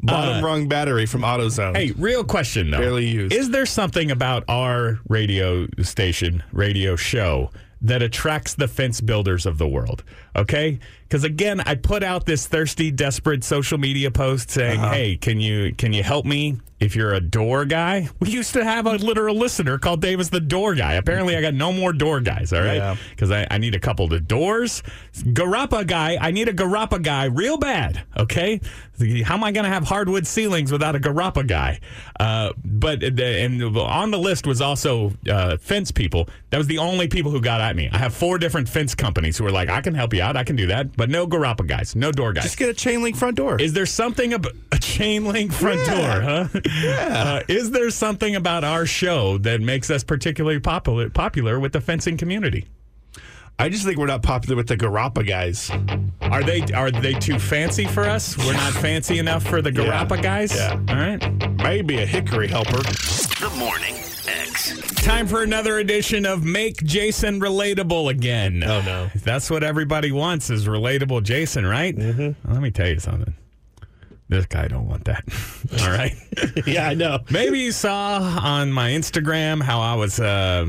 bottom rung battery from AutoZone.
Uh. Hey, real question though.
Barely used.
Is there something about our radio station, radio show, that attracts the fence builders of the world? Okay? Because again, I put out this thirsty, desperate social media post saying,
Uh-huh.
"Hey, can you can you help me?" If you're a door guy, we used to have a literal listener called Davis the door guy. Apparently, I got no more door guys, all
Yeah.
right? Because I, I need a couple to doors. Garapa guy, I need a Garapa guy real bad, okay? How am I going to have hardwood ceilings without a Garapa guy? Uh, but, the- and on the list was also uh, fence people. That was the only people who got at me. I have four different fence companies who are like, I can help you out, I can do that, but no Garapa guys, no door guys.
Just get a chain link front door.
Is there something about a chain link front door, huh? Uh, is there something about our show that makes us particularly popular popular with the fencing community?
I just think we're not popular with the Garapa guys.
Are they are they too fancy for us? We're not fancy enough for the
Yeah.
Garapa guys.
Yeah.
All right.
Maybe a hickory helper.
The Morning X.
Time for another edition of Make Jason Relatable again.
Oh, no.
That's what everybody wants is relatable Jason, right? Mm-hmm. Let me tell you something. This guy don't want that. All right.
yeah, I know.
Maybe you saw on my Instagram how I was, uh,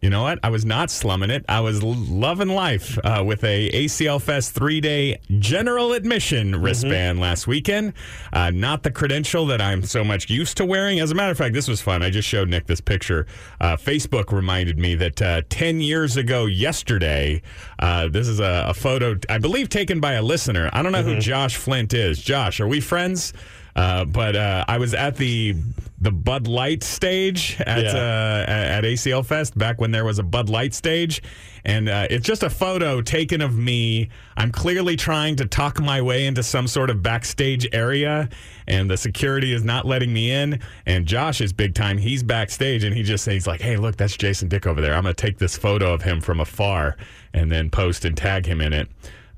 you know what? I was not slumming it. I was l- loving life uh, with a ACL Fest three day general admission wristband last weekend. Uh, not the credential that I'm so much used to wearing. As a matter of fact, this was fun. I just showed Nick this picture. Uh, Facebook reminded me that uh, 10 years ago yesterday, uh, this is a, a photo, I believe, taken by a listener. I don't know who Josh Flint is. Josh, are we friends? Uh, but uh, I was at the the Bud Light stage at
Yeah.
uh, at ACL Fest back when there was a Bud Light stage, and uh, it's just a photo taken of me. I'm clearly trying to talk my way into some sort of backstage area, and the security is not letting me in. And Josh is big time; he's backstage, and he just says like, "Hey, look, that's Jason Dick over there. I'm gonna take this photo of him from afar and then post and tag him in it."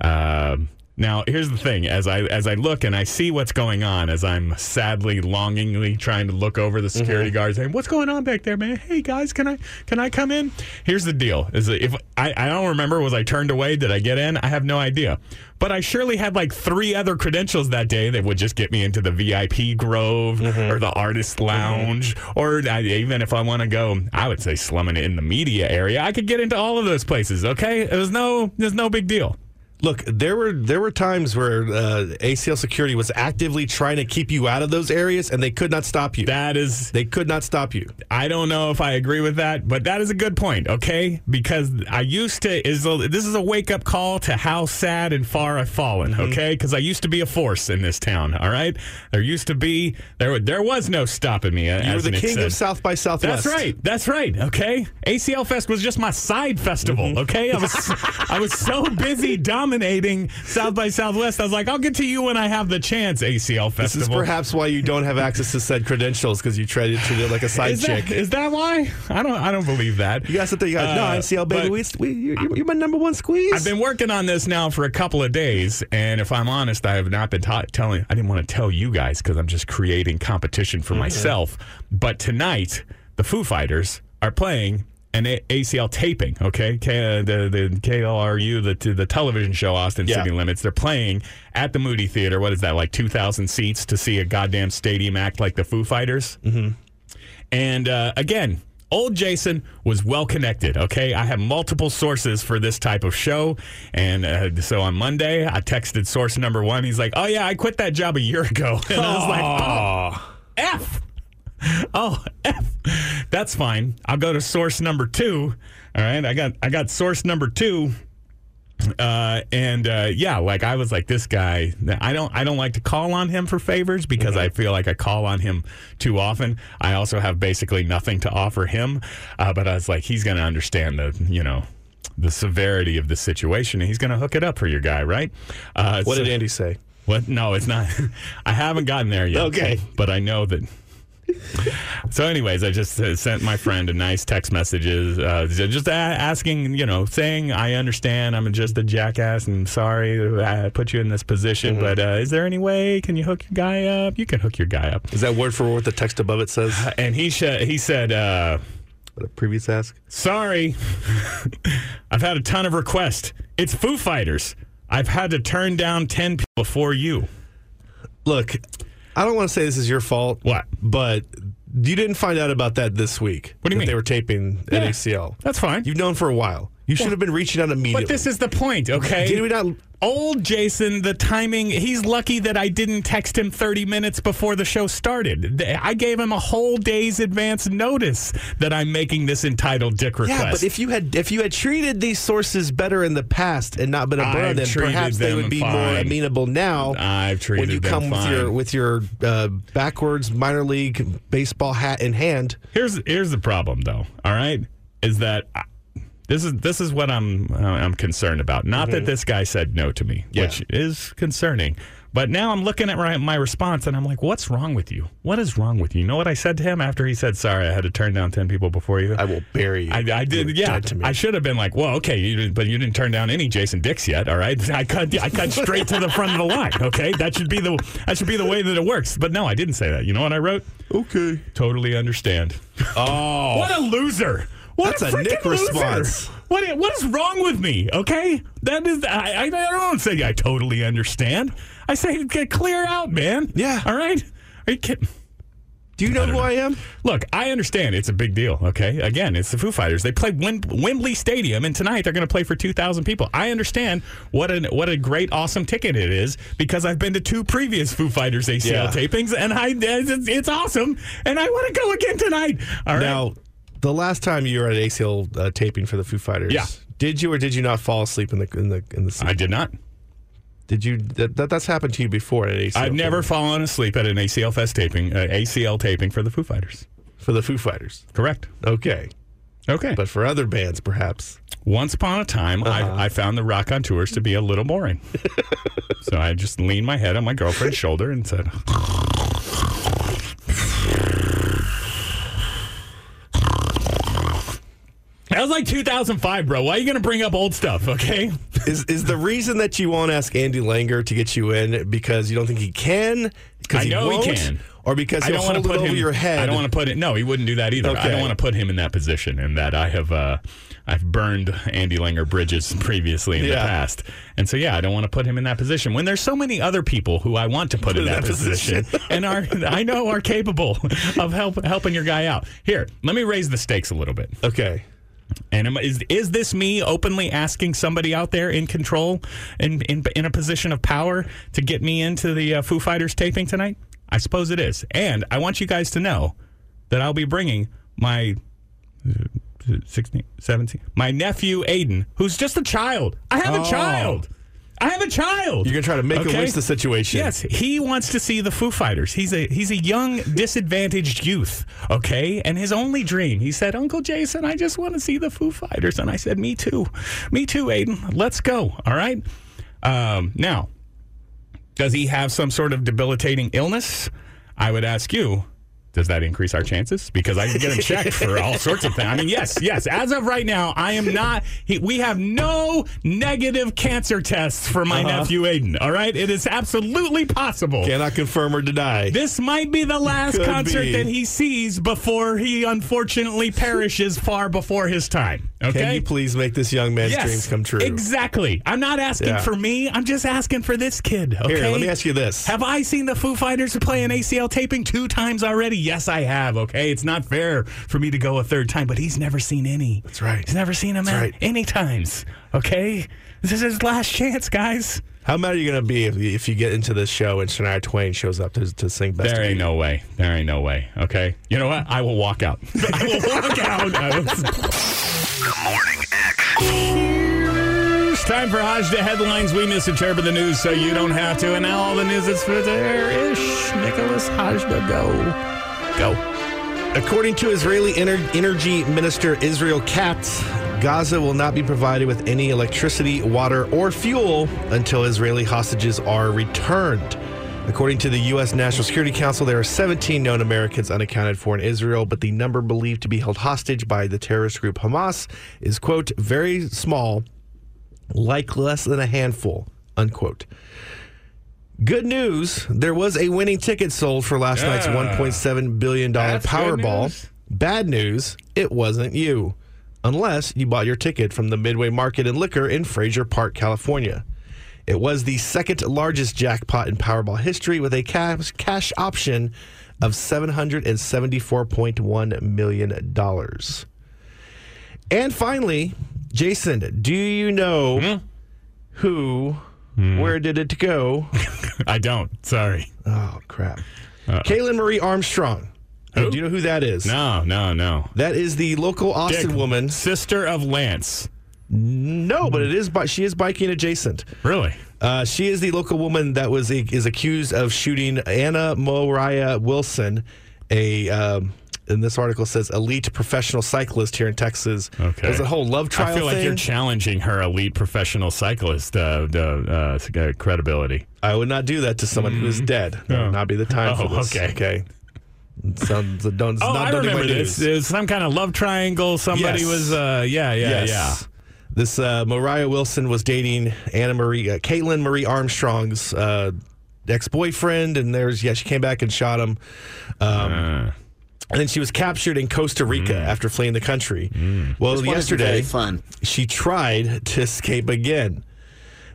Um, now, here's the thing: as I as I look and I see what's going on, as I'm sadly, longingly trying to look over the security guards, saying, "What's going on back there, man? Hey guys, can I can I come in?" Here's the deal: is that if I, I don't remember, was I turned away? Did I get in? I have no idea. But I surely had like three other credentials that day that would just get me into the VIP Grove or the Artist Lounge, or I, even if I want to go, I would say slumming it in the media area. I could get into all of those places. Okay, it was no, there's no big deal.
Look, there were there were times where uh, ACL security was actively trying to keep you out of those areas, and they could not stop you.
That is
they could not stop you.
I don't know if I agree with that, but that is a good point, okay? Because I used to is a, this is a wake up call to how sad and far I've fallen,
Mm-hmm.
okay? Because I used to be a force in this town, all right? There used to be there wa- there was no stopping me.
You were the king of South by Southwest.
That's right. That's right. Okay. ACL Fest was just my side festival.
Mm-hmm.
Okay. I was I was so busy dominating South by Southwest. I was like, I'll get to you when I have the chance. ACL
This is
Festival.
perhaps why you don't have access to said credentials because you tried to treat it like a side
is
chick.
that, is that why? I don't I don't believe that.
you guys sit there, you guys, no,
Uh,
ACL baby,
but-
we, we, you're, you're my number one squeeze.
I've been working on this now for a couple of days, and if I'm honest, I have not been ta- telling. I didn't want to tell you guys because I'm just creating competition
Mm-hmm.
for myself. But tonight, the Foo Fighters are playing an a- ACL taping. Okay, K- uh, the the KLRU, the t- the television show Austin
Yeah.
City Limits. They're playing at the Moody Theater. What is that? Like 2,000 seats to see a goddamn stadium act like the Foo Fighters. And uh, again, old Jason was well connected. Okay, I have multiple sources for this type of show, and uh, so on Monday I texted source number one. He's like, "Oh yeah, I quit that job a year ago," and I was like, "Oh, f." Oh, F. That's fine. I'll go to source number two. All right. I got I got source number two. Uh, and uh, yeah, like I was like this guy. I don't I don't like to call on him for favors because
Mm-hmm.
I feel like I call on him too often. I also have basically nothing to offer him. Uh, but I was like, he's gonna understand the you know the severity of the situation, and he's gonna hook it up for your guy, right? Uh,
what
so-
did Andy say?
What? No, it's not. I haven't gotten there yet.
Okay.
but I know that So, anyways, I just uh, sent my friend a nice text messages, uh, just a- asking, you know, saying I understand, I'm just a jackass, and sorry that I put you in this position, but uh, is there any way can you hook your guy up? You can hook your guy up.
Is that word for what the text above it says?
And he sh- he said, uh,
The previous ask.
sorry, I've had a ton of requests. It's Foo Fighters. I've had to turn down ten people before you.
Look, I don't want to say this is your fault.
What?
But you didn't find out about that this week.
What do you mean?
that They were taping
Yeah,
NACL.
That's fine.
You've known for a while. You should have been reaching out immediately.
but this is the point, okay?
Did we not?
old Jason, the timing, he's lucky that I didn't text him 30 minutes before the show started. Th- I gave him a whole day's advance notice that I'm making this entitled dick request.
Yeah, but if you had if you had treated these sources better in the past and not been a
I've
brand, then
treated
perhaps they
them
would be more
fine.
amenable now.
I've
when
treated
you
them
come
fine.
with your with your uh, backwards minor league baseball hat in hand.
here's here's the problem though, all right? Is that I, this is this is what I'm uh, I'm concerned about. Not that this guy said no to me,
Mm-hmm. Yeah.
which is concerning. But now I'm looking at my, my response and I'm like, what's wrong with you? What is wrong with you? You know what I said to him after he said, sorry, I had to turn down 10 people before you?
I will bury you.
I, I
You're
did, yeah.
dead to me.
I should have been like, "Well, okay, you didn't, but you didn't turn down any Jason Dix yet, all right?" I cut, I cut straight to the front of the line. Okay, that should be the that should be the way that it works. But no, I didn't say that. You know what I wrote?
okay.
Totally understand.
Oh,
What a loser! What
That's a
freaking
Nick
loser.
response.
What i- what is wrong with me? Okay, that is I I, I don't say I totally understand. I say get clear out, man.
Yeah.
All right. Are you kidding?
do you know who I am?
Look, I understand it's a big deal. Okay, again, it's the Foo Fighters. They play Wim- Wembley Stadium, and tonight they're going to play for two thousand people. I understand what an what a great awesome ticket it is because I've been to two previous Foo Fighters ACL
Yeah.
tapings, and I it's, it's awesome, and I want to go again tonight. All right,
Now, the last time you were at ACL uh, taping for the Foo Fighters,
Yeah.
did you or did you not fall asleep in the in the in the seat?
I did not.
did you that, that that's happened to you before at ACL?
I've never fallen asleep at an ACL Fest taping, uh, ACL taping for the Foo Fighters.
for the Foo Fighters.
Correct.
Okay,
Okay.
but for other bands, perhaps.
Once upon a time, I, I found the rock on tours to be a little boring. so I just leaned my head on my girlfriend's shoulder and said, That was like 2005, bro. Why are you going to bring up old stuff, okay?
Is is the reason that you won't ask Andy Langer to get you in because you don't think he can? Because
I
he,
know he
won't,
can.
or because
I
he'll
don't want
hold
to put
it
him
over your head.
I don't want to put it. No, he wouldn't do that either. I
Okay.
don't want to put him in that position. And that I have, uh, I've burned Andy Langer bridges previously in the
Yeah.
past. And so yeah, I don't want to put him in that position. When there's so many other people who I want to put in that, position, and are I know are capable of help, helping your guy out. Here, let me raise the stakes a little bit.
Okay,
And am, is is this me openly asking somebody out there in control and in, in a position of power to get me into the uh, Foo Fighters taping tonight? I suppose it is. And I want you guys to know that I'll be bringing my uh, 16, 17, my nephew Aiden, who's just a child. I have
Oh.
a child. I have a child.
you're gonna try to make him
Okay?
wish the situation.
Yes, he wants to see the Foo Fighters. He's a he's a young disadvantaged youth, okay? And his only dream, he said, "Uncle Jason, I just want to see the Foo Fighters." And I said, "Me too. Me too, Aiden. Let's go." All right? Um, now, does he have some sort of debilitating illness? I would ask you, does that increase our chances? Because I can get him checked for all sorts of things. I mean, yes, yes. As of right now, I am not. He, we have no negative cancer tests for my
Uh-huh.
nephew Aiden. All right, it is absolutely possible.
cannot confirm or deny.
this might be the last
Could
concert
be.
that he sees before he unfortunately perishes far before his time. Okay.
Can you please make this young man's dreams come true?
Exactly. I'm not asking
Yeah.
for me. I'm just asking for this kid. Okay.
Here, let me ask you this.
Have I seen the Foo Fighters play an ACL taping two times already? Yes, I have. Okay, it's not fair for me to go a third time, but he's never seen any. That's
right.
He's never seen them
That's
at
right.
any times. Okay, this is his last chance, guys.
How mad are you gonna be if, if you get into this show and Shania Twain shows up to, to sing best?
There
of
ain't
You?
no way. There ain't no way. Okay, you know what? I will walk out. I will walk out. I will-
The Morning X.
It's time for Hajda headlines. We misinterpret the news so you don't have to. And now all the news is for there ish. Nicholas Hajda, go. Go.
According to Israeli Ener- Energy Minister Israel Katz, Gaza will not be provided with any electricity, water, or fuel until Israeli hostages are returned. According to the U.S. National Security Council, there are 17 known Americans unaccounted for in Israel, but the number believed to be held hostage by the terrorist group Hamas is, quote, very small, like less than a handful, unquote. Good news there was a winning ticket sold for last night's
Yeah.
$1.7 billion
That's good
Powerball.
news.
Bad news, it wasn't you. Unless you bought your ticket from the Midway Market and Liquor in Fraser Park, California. It was the second largest jackpot in Powerball history with a cash, cash option of $774.1 million. And finally, Jason, do you know
Hmm?
who, where did it go?
I don't. Sorry.
oh, crap. Caitlin Marie Armstrong. Hey,
Who?
do you know who that is?
No, no, no.
That is the local Austin
Dick,
woman.
Sister of Lance.
No, but it is. bi- She is biking adjacent.
Really?
Uh, she is the local woman that was is accused of shooting Anna Moriah Wilson, a um, in this article says elite professional cyclist here in Texas.
Okay.
there's a whole love trial
I feel like
thing.
you're challenging her elite professional cyclist uh, uh, uh, s- uh, credibility.
I would not do that to someone who is dead. That
Oh.
would not be the time
Oh,
for this.
okay.
okay. Sounds don't. it's
Oh,
not
I
done in my
remember this.
dues.
It was some kind of love triangle. Somebody
Yes.
was, uh, yeah, yeah, yeah.
This uh, Mariah Wilson was dating Anna Marie, uh, Caitlin Marie Armstrong's uh, ex boyfriend, and there's yeah, she came back and shot him. Um,
Uh.
And then she was captured in Costa Rica
Mm.
after fleeing the country. Well, yesterday,
fun.
she tried to escape again.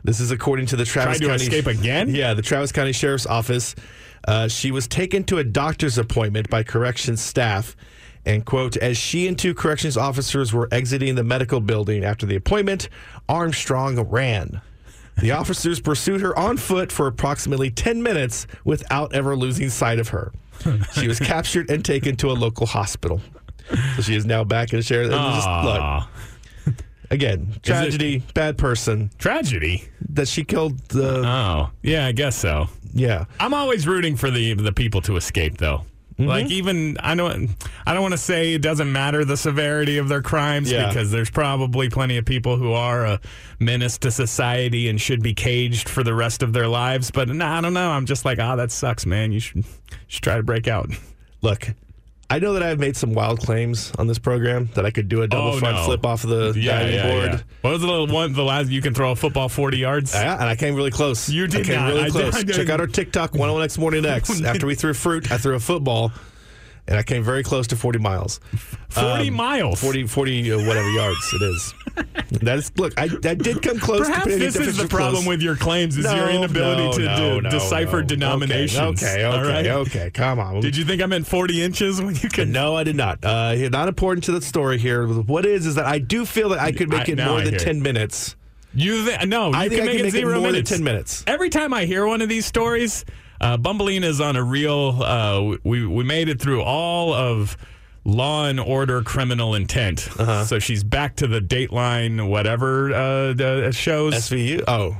This is according to the Travis
Tried to
County
escape again?
Yeah, the Travis County Sheriff's Office. Uh, she was taken to a doctor's appointment by corrections staff, and quote, as she and two corrections officers were exiting the medical building after the appointment, Armstrong ran. The officers pursued her on foot for approximately 10 minutes without ever losing sight of her. She was captured and taken to a local hospital. So she is now back in the sheriff. Just, look,
Aw.
again, tragedy, bad person
Tragedy.
that she killed the.
Oh, yeah, I guess so.
yeah.
I'm always rooting for the the people to escape, though.
Mm-hmm.
Like even I don't I don't want to say it doesn't matter the severity of their crimes
Yeah.
because there's probably plenty of people who are a menace to society and should be caged for the rest of their lives. But no, I don't know. I'm just like, ah, that sucks, man. You should, should try to break out.
Look, I know that I've made some wild claims on this program that I could do a double
Oh,
front
no.
flip off the diving board. Um,
What was the little one? The last you can throw a football 40 yards.
Yeah, and I came really close.
You did
I came
not. Oh, I
really
did-
close.
I did-
Check out our TikTok 101X Morning X. After we threw fruit, I threw a football, and I came very close to 40 miles.
40 miles.
40, 40 uh, whatever yards it is. That is, look, I, I did come close to
Perhaps
putting it
this is the
definition
problem
close.
with your claims is your
No,
inability
no,
to
no,
de-
no,
decipher
no. Okay,
denominations.
Okay, okay,
All right?
okay. Come on.
Did you think I meant 40 inches when you could?
No, I did not. Uh, here- not important to the story here. What is is that I do feel that I could make
I-
it
now
more
I
than
hear it.
ten minutes.
You th- no, you
I think
can
I
make
can
it
make it
zero
more than
minutes.
10 minutes.
Every time I hear one of these stories, uh, Bumbleen is on a real. Uh, we we made it through all of Law and Order: Criminal Intent,
Uh-huh.
so she's back to the Dateline whatever uh, the shows.
SVU. Oh,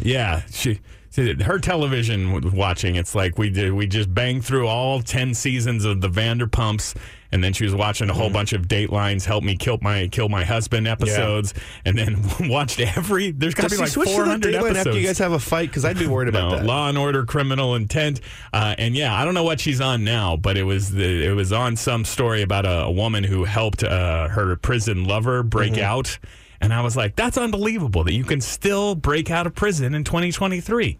Yeah, she. Her television w- watching, it's like we did. We just banged through all ten seasons of the Vanderpumps, and then she was watching a
Mm-hmm.
whole bunch of Datelines, "Help Me Kill My Kill My Husband" episodes, and then watched every. There's got to be
does
like
he switch to
four
the
hundred
dateline
episodes.
after you guys have a fight? Because I'd be worried about
No,
that.
Law and Order, Criminal Intent, uh, and yeah, I don't know what she's on now, but it was the, it was on some story about a, a woman who helped uh, her prison lover break
Mm-hmm.
out, and I was like, that's unbelievable that you can still break out of prison in 2023.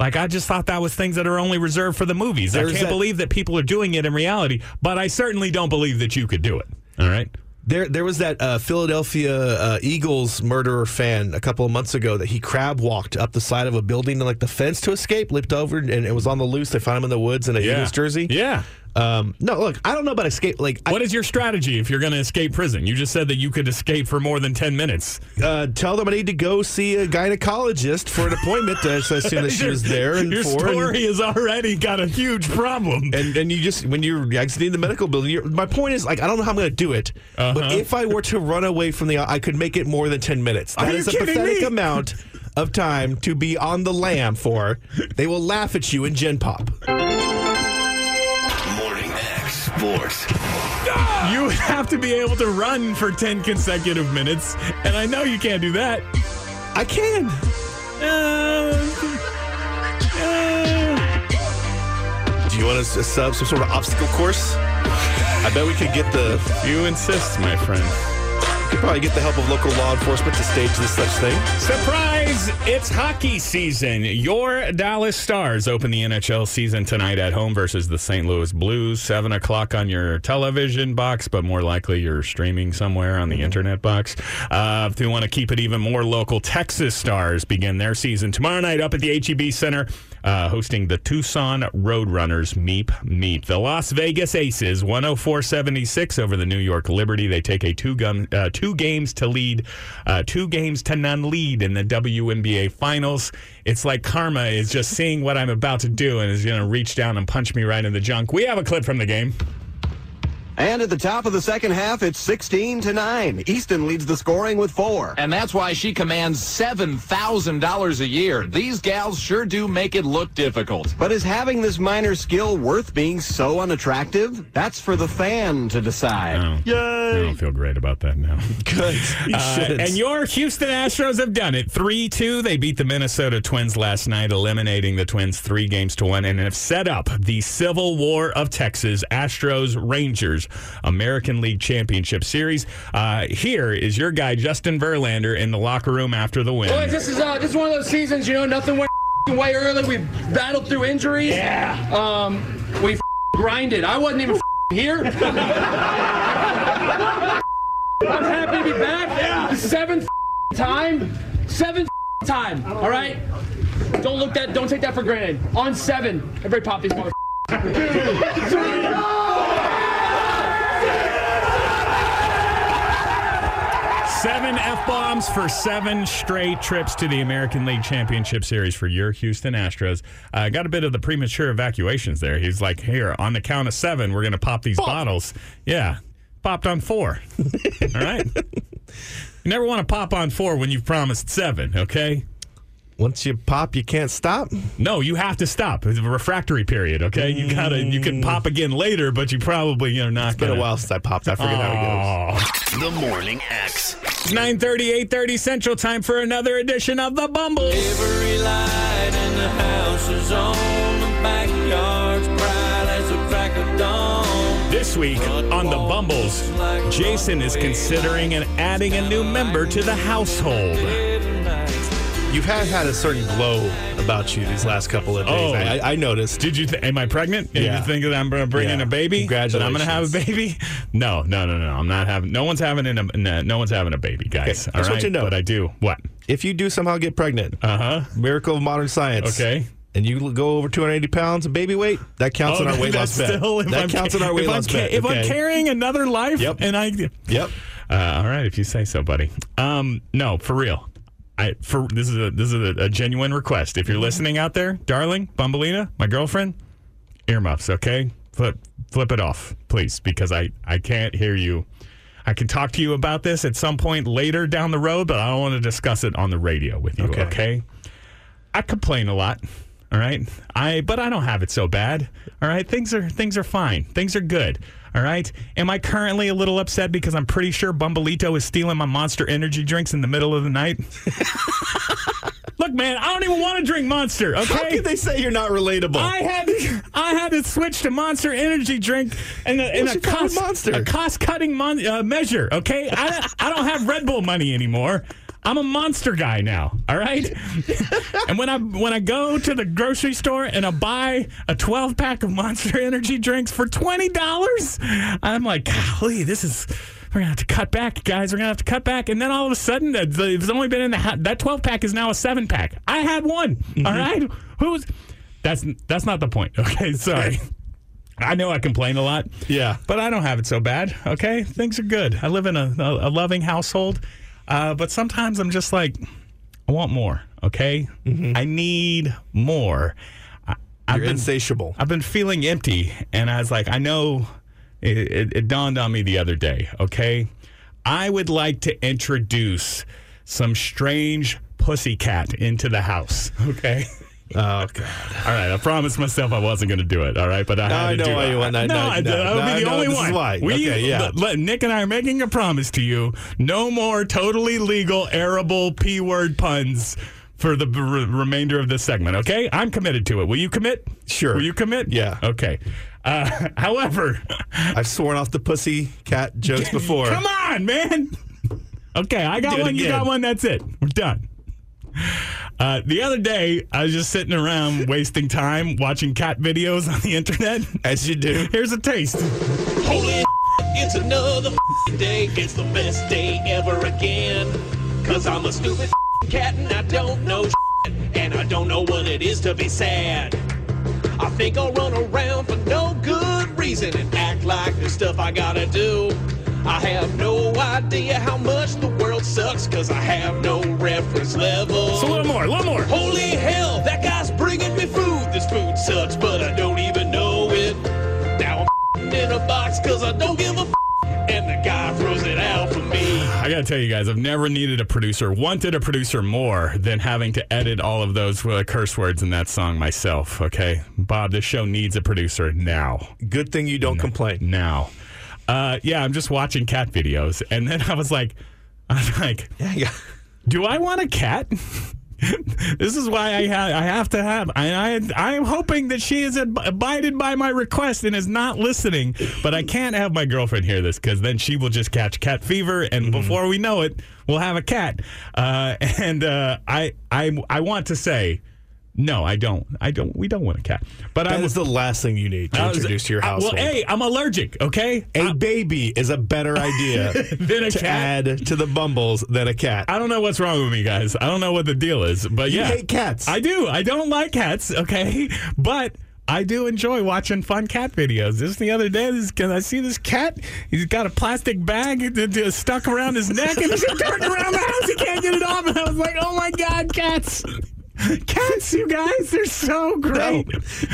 Like I just thought that was things that are only reserved for the movies. I
There's
can't
that-
believe that people are doing it in reality, but I certainly don't believe that you could do it. All right.
There, there was that uh, Philadelphia uh, Eagles murderer fan a couple of months ago that he crab walked up the side of a building and like the fence to escape, leaped over, and it was on the loose. They found him in the woods in a
Yeah.
Eagles jersey.
Yeah.
Um, no, look, I don't know about escape. Like, I,
What is your strategy if you're going to escape prison? You just said that you could escape for more than 10 minutes.
uh, tell them I need to go see a gynecologist for an appointment. uh, so I assume that she was there and
your
for. and-
story has already got a huge problem.
And and you just when you're exiting the medical building, you're, my point is like I don't know how I'm going to do it,
Uh-huh.
but if I were to run away from the, I could make it more than ten minutes.
Are
That
you
is a
kidding
pathetic
me?
amount of time to be on the lam for. They will laugh at you in Gen Pop.
Morning X Sports.
you would have to be able to run for 10 consecutive minutes, and I know you can't do that.
I can.
Uh, uh,
You want us to sub some sort of obstacle course? I bet we could get the
You insist, my friend.
could probably get the help of local law enforcement to stage this such thing.
Surprise! It's hockey season. Your Dallas Stars open the NHL season tonight at home versus the St. Louis Blues. Seven o'clock on your television box, but more likely you're streaming somewhere on the internet box. Uh, if you want to keep it even more local, Texas Stars begin their season tomorrow night up at the HEB Center. Uh, hosting the Tucson Roadrunners Meep Meep. The Las Vegas Aces 104-76 over the New York Liberty. They take a two gun uh, two games to lead uh, two games to none lead in the WNBA finals. It's like karma is just seeing what I'm about to do and is going to reach down and punch me right in the junk. We have a clip from the game.
And at the top of the second half, it's 16 to 9. Easton leads the scoring with four.
And that's why she commands $7,000 a year. These gals sure do make it look difficult.
But is having this minor skill worth being so unattractive? That's for the fan to decide.
I don't feel great about that now.
Good. You
Uh,
shouldn't.
and your Houston Astros have done it. 3 2. They beat the Minnesota Twins last night, eliminating the Twins three games to one, and have set up the Civil War of Texas Astros Rangers American League Championship Series. Uh, here is your guy, Justin Verlander, in the locker room after the win.
Boys, this is uh, this is one of those seasons, you know, nothing went way early. We battled through injuries. Yeah. Um, we grinded. I wasn't even here. I'm happy to be back. Yeah. Seventh time. Seventh time. All right. Don't look that. Don't take that for granted. On seven, everybody pop these. mother-
Seven F bombs for seven straight trips to the American League Championship Series for your Houston Astros. Uh, got a bit of the premature evacuations there. He's like, here, on the count of seven, we're going to pop these bottles. Yeah, popped on four. All right. You never want to pop on four when you've promised seven, okay?
Once you pop, you can't stop.
No, you have to stop. It's a refractory period, okay? You gotta you can pop again later, but you probably you're not
It's been a
gonna-
while since I popped. I forget how it
Aw.
The Morning X.
9.30, 8.30 Central Time for another edition of The Bumble. This week on The Bumbles, Jason is considering and adding a new member to the household.
goes. You have had a certain glow about you these last couple of days.
Oh.
I, I- I noticed.
Did you? Th- am I pregnant? Did
Yeah.
you think that I'm going to bring in
Yeah.
a baby? That I'm going to have a
Congratulations.
baby? No, no, no, no. I'm not having. No one's having an, no, no one's having a baby, guys.
Okay, I just
All
want you to know.
But I do. What?
If you do somehow get pregnant,
Uh huh.
miracle of modern science.
Okay.
And you go over 280 pounds of baby weight, that counts in our weight
Oh, that's
loss bet.
still- if
that
I'm
counts
ca-
in our weight
if I'm
loss
ca-
bet.
If I'm
okay.
carrying another life,
Yep.
and I,
Yep.
Uh, all right, if you say so, buddy. Um, no, for real. I for this is a this is a, a genuine request. If you're listening out there, darling, Bumbleina, my girlfriend, earmuffs, okay? Flip flip it off, please, because I I can't hear you. I can talk to you about this at some point later down the road, but I don't want to discuss it on the radio with you,
Okay.
okay? I complain a lot. All right. I but I don't have it so bad. All right. Things are things are fine. Things are good. All right. Am I currently a little upset because I'm pretty sure Bumbleito is stealing my monster energy drinks in the middle of the night? Look, man, I don't even want to drink monster, okay?
How can they say you're not relatable?
I had to, I had to switch to Monster Energy drink and a, and
What's
a
your favorite
cost
Monster?
a cost cutting mon- uh, measure. Okay, I don't, I don't have Red Bull money anymore. I'm a monster guy now. All right, and when I when I go to the grocery store and I buy a 12 pack of Monster Energy drinks for twenty dollars, I'm like, golly, this is. We're gonna have to cut back, guys. We're gonna have to cut back, and then all of a sudden, the- the- it's only been in the ha- that twelve pack is now a seven pack. I had one. all right, who's that's that's not the point. Okay, sorry. I know I complain a lot.
Yeah.
But I don't have it so bad. Okay? Things are good. I live in a, a, a loving household. Uh, but sometimes I'm just like, I want more. Okay? I need more. I, I've
you're
been
insatiable.
I've been feeling empty, and I was like, I know. It, it, it dawned on me the other day. Okay, I would like to introduce some strange pussycat into the house. Okay.
oh god.
All right, I promised myself I wasn't going to do it. All right, but I
No,
had
I
to
know
do
why
it.
you want that.
No,
No,
I,
no,
I would
no,
be the
no,
only
this is
one.
why.
We,
Okay, yeah.
but- but Nick and I are making a promise to you: no more totally legal arable p-word puns for the re- remainder of this segment, okay? I'm committed to it. Will you commit?
Sure.
Will you commit?
Yeah.
Okay. Uh, however,
I've sworn off the pussy cat jokes before.
Come on, man. Okay, I got
Do it
one. You
again.
got one. That's it. We're done. Uh, the other day, I was just sitting around wasting time watching cat videos on the internet.
As you do.
Here's a taste.
Holy it's another day. It's the best day ever again. Cause I'm a stupid cat and I don't know And I don't know what it is to be sad. I think I'll run around for no good reason and act like there's stuff I gotta do. I have no idea how much the world sucks cause I have no reference level.
So a little more, a little more.
Holy hell, that guy's bringing me food. This food sucks, but I don't even know it. Now I'm in a box cause I don't give a and the guy throws it out for me.
I gotta tell you guys, I've never needed a producer, wanted a producer more than having to edit all of those uh, curse words in that song myself. Okay, Bob, this show needs a producer now.
Good thing you don't complain.
Now, uh, yeah, I'm just watching cat videos, and then I was like, I'm like,
Yeah, yeah.
do I want a cat? this is why I ha- I have to have. I, I I am hoping that she is ab- abided by my request and is not listening. But I can't have my girlfriend hear this because then she will just catch cat fever,
Mm-hmm.
and before we know it, we'll have a cat. Uh, and uh, I I I want to say. No, I don't. I don't. We don't want a cat. But I
That
was
is the last thing you need to
I was-
introduce to your
I-
household.
Well, hey, I'm allergic. Okay,
A baby is a better idea
Than a
to
cat.
add to the bumbles than a cat.
I don't know what's wrong with me, guys. I don't know what the deal is, but
You
yeah,
hate cats.
I do. I don't like cats. Okay, but I do enjoy watching fun cat videos. Just the other day, this because I see this cat. He's got a plastic bag that- that's stuck around his neck, and he's just going around the house. He can't get it off. And I was like, oh my god, cats. Cats, you guys, they're so great.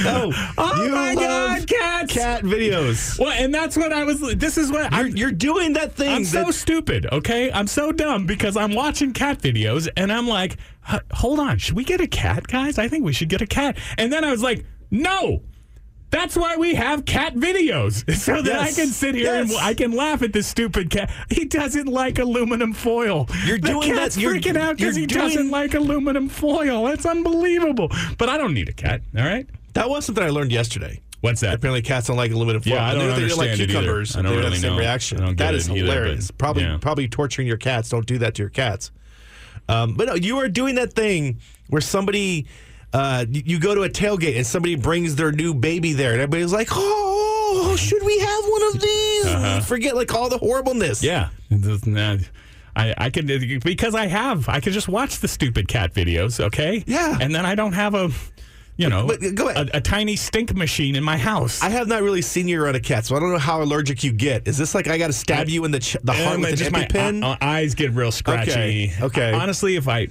No.
Oh
You
my
love
God, cats!
Cat videos.
Well, and that's what I was. This is what I'm.
You're doing that thing.
I'm so
that-
stupid, okay? I'm so dumb because I'm watching cat videos and I'm like, "H- hold on, should we get a cat, guys? I think we should get a cat. And then I was like, no. That's why we have cat videos, so that
Yes.
I can sit here and
Yes.
I can laugh at this stupid cat. He doesn't like aluminum foil.
You're
the
doing
cat's
that- you're-
freaking out because
you're
he
doing-
doesn't like aluminum foil. That's unbelievable. But I don't need a cat. All right,
that was something I learned yesterday.
What's that?
Apparently, cats don't like aluminum foil.
Yeah, I
And they
don't
they like
understand it either.
cucumbers.
I don't
they have
really
the same
know. I
reaction.
don't
That
get
is
it either,
hilarious.
but-
probably
yeah.
probably torturing your cats. Don't do that to your cats. Um, but no, you are doing that thing where somebody uh, y- you go to a tailgate and somebody brings their new baby there, and everybody's like, "Oh, should we have one of these?" Forget like all the horribleness.
Uh-huh. Yeah. It doesn't- uh, I, I can because I have I can just watch the stupid cat videos, okay?
Yeah.
And then I don't have a you know
But- but go ahead.
A, a tiny stink machine in my house.
I have not really seen you around a cat, so I don't know how allergic you get. Is this like I got to stab you in the ch- the heart
And
with
just
an
my
EpiPen?
eye- eyes get real scratchy.
Okay, okay.
Honestly, if I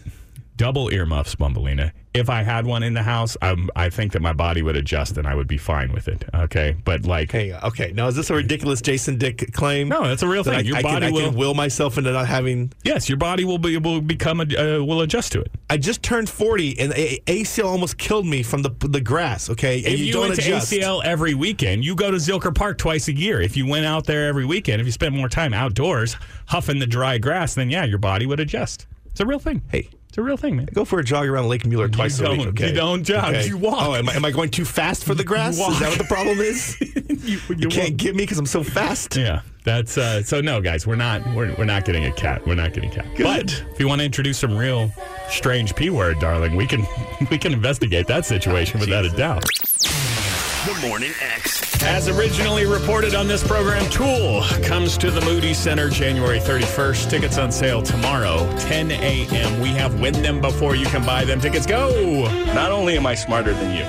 double earmuffs, Bumbleina, if I had one in the house, i I think that my body would adjust and I would be fine with it. Okay, but like.
Hang on. uh, Okay. Now, is this a ridiculous Jason Dick claim?
No, that's a real
That
thing.
I,
Your
I
body
can, I
will-
can will myself into not having.
Yes, your body will be will become a, uh, will adjust to it.
I just turned 40 and a- a- ACL almost killed me from the the grass, okay? And
if you,
don't
went to
adjust.
ACL every weekend, you go to Zilker Park twice a year. If you went out there every weekend, if you spent more time outdoors huffing the dry grass, then yeah, your body would adjust. It's a real thing.
Hey.
it's a real thing, man.
Go for a jog around Lake Mueller twice a week,
don't.
okay?
You don't jog.
Okay.
You walk.
Oh, am I, am I going too fast for the grass?
walk.
Is that what the problem is? you
You,
can't get me because I'm so fast?
Yeah, that's uh, so. No, guys, we're not. We're, we're not getting a cat. We're not getting a cat. But if you want to introduce some real strange p word, darling, we can we can investigate that situation without a doubt.
The Morning X.
As originally reported on this program, Tool comes to the Moody Center January 31st. Tickets on sale tomorrow, 10 a.m. We have win them before you can buy them. Tickets go! Not only am I smarter than you,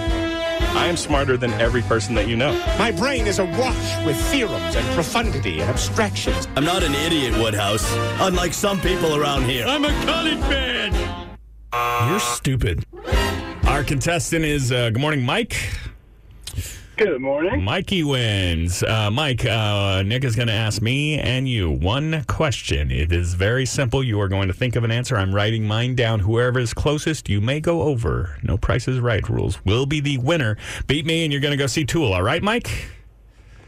I am smarter than every person that you know.
My brain is awash with theorems and profundity and abstractions.
I'm not an idiot, Woodhouse, unlike some people around here.
I'm a college man!
You're stupid.
Our contestant is uh, Good Morning Mike.
Good morning.
Mikey wins. Uh, Mike, uh, Nick is going to ask me and you one question. It is very simple. You are going to think of an answer. I'm writing mine down. Whoever is closest, you may go over. No price is right rules will be the winner. Beat me, and you're going to go see Tool. All right, Mike?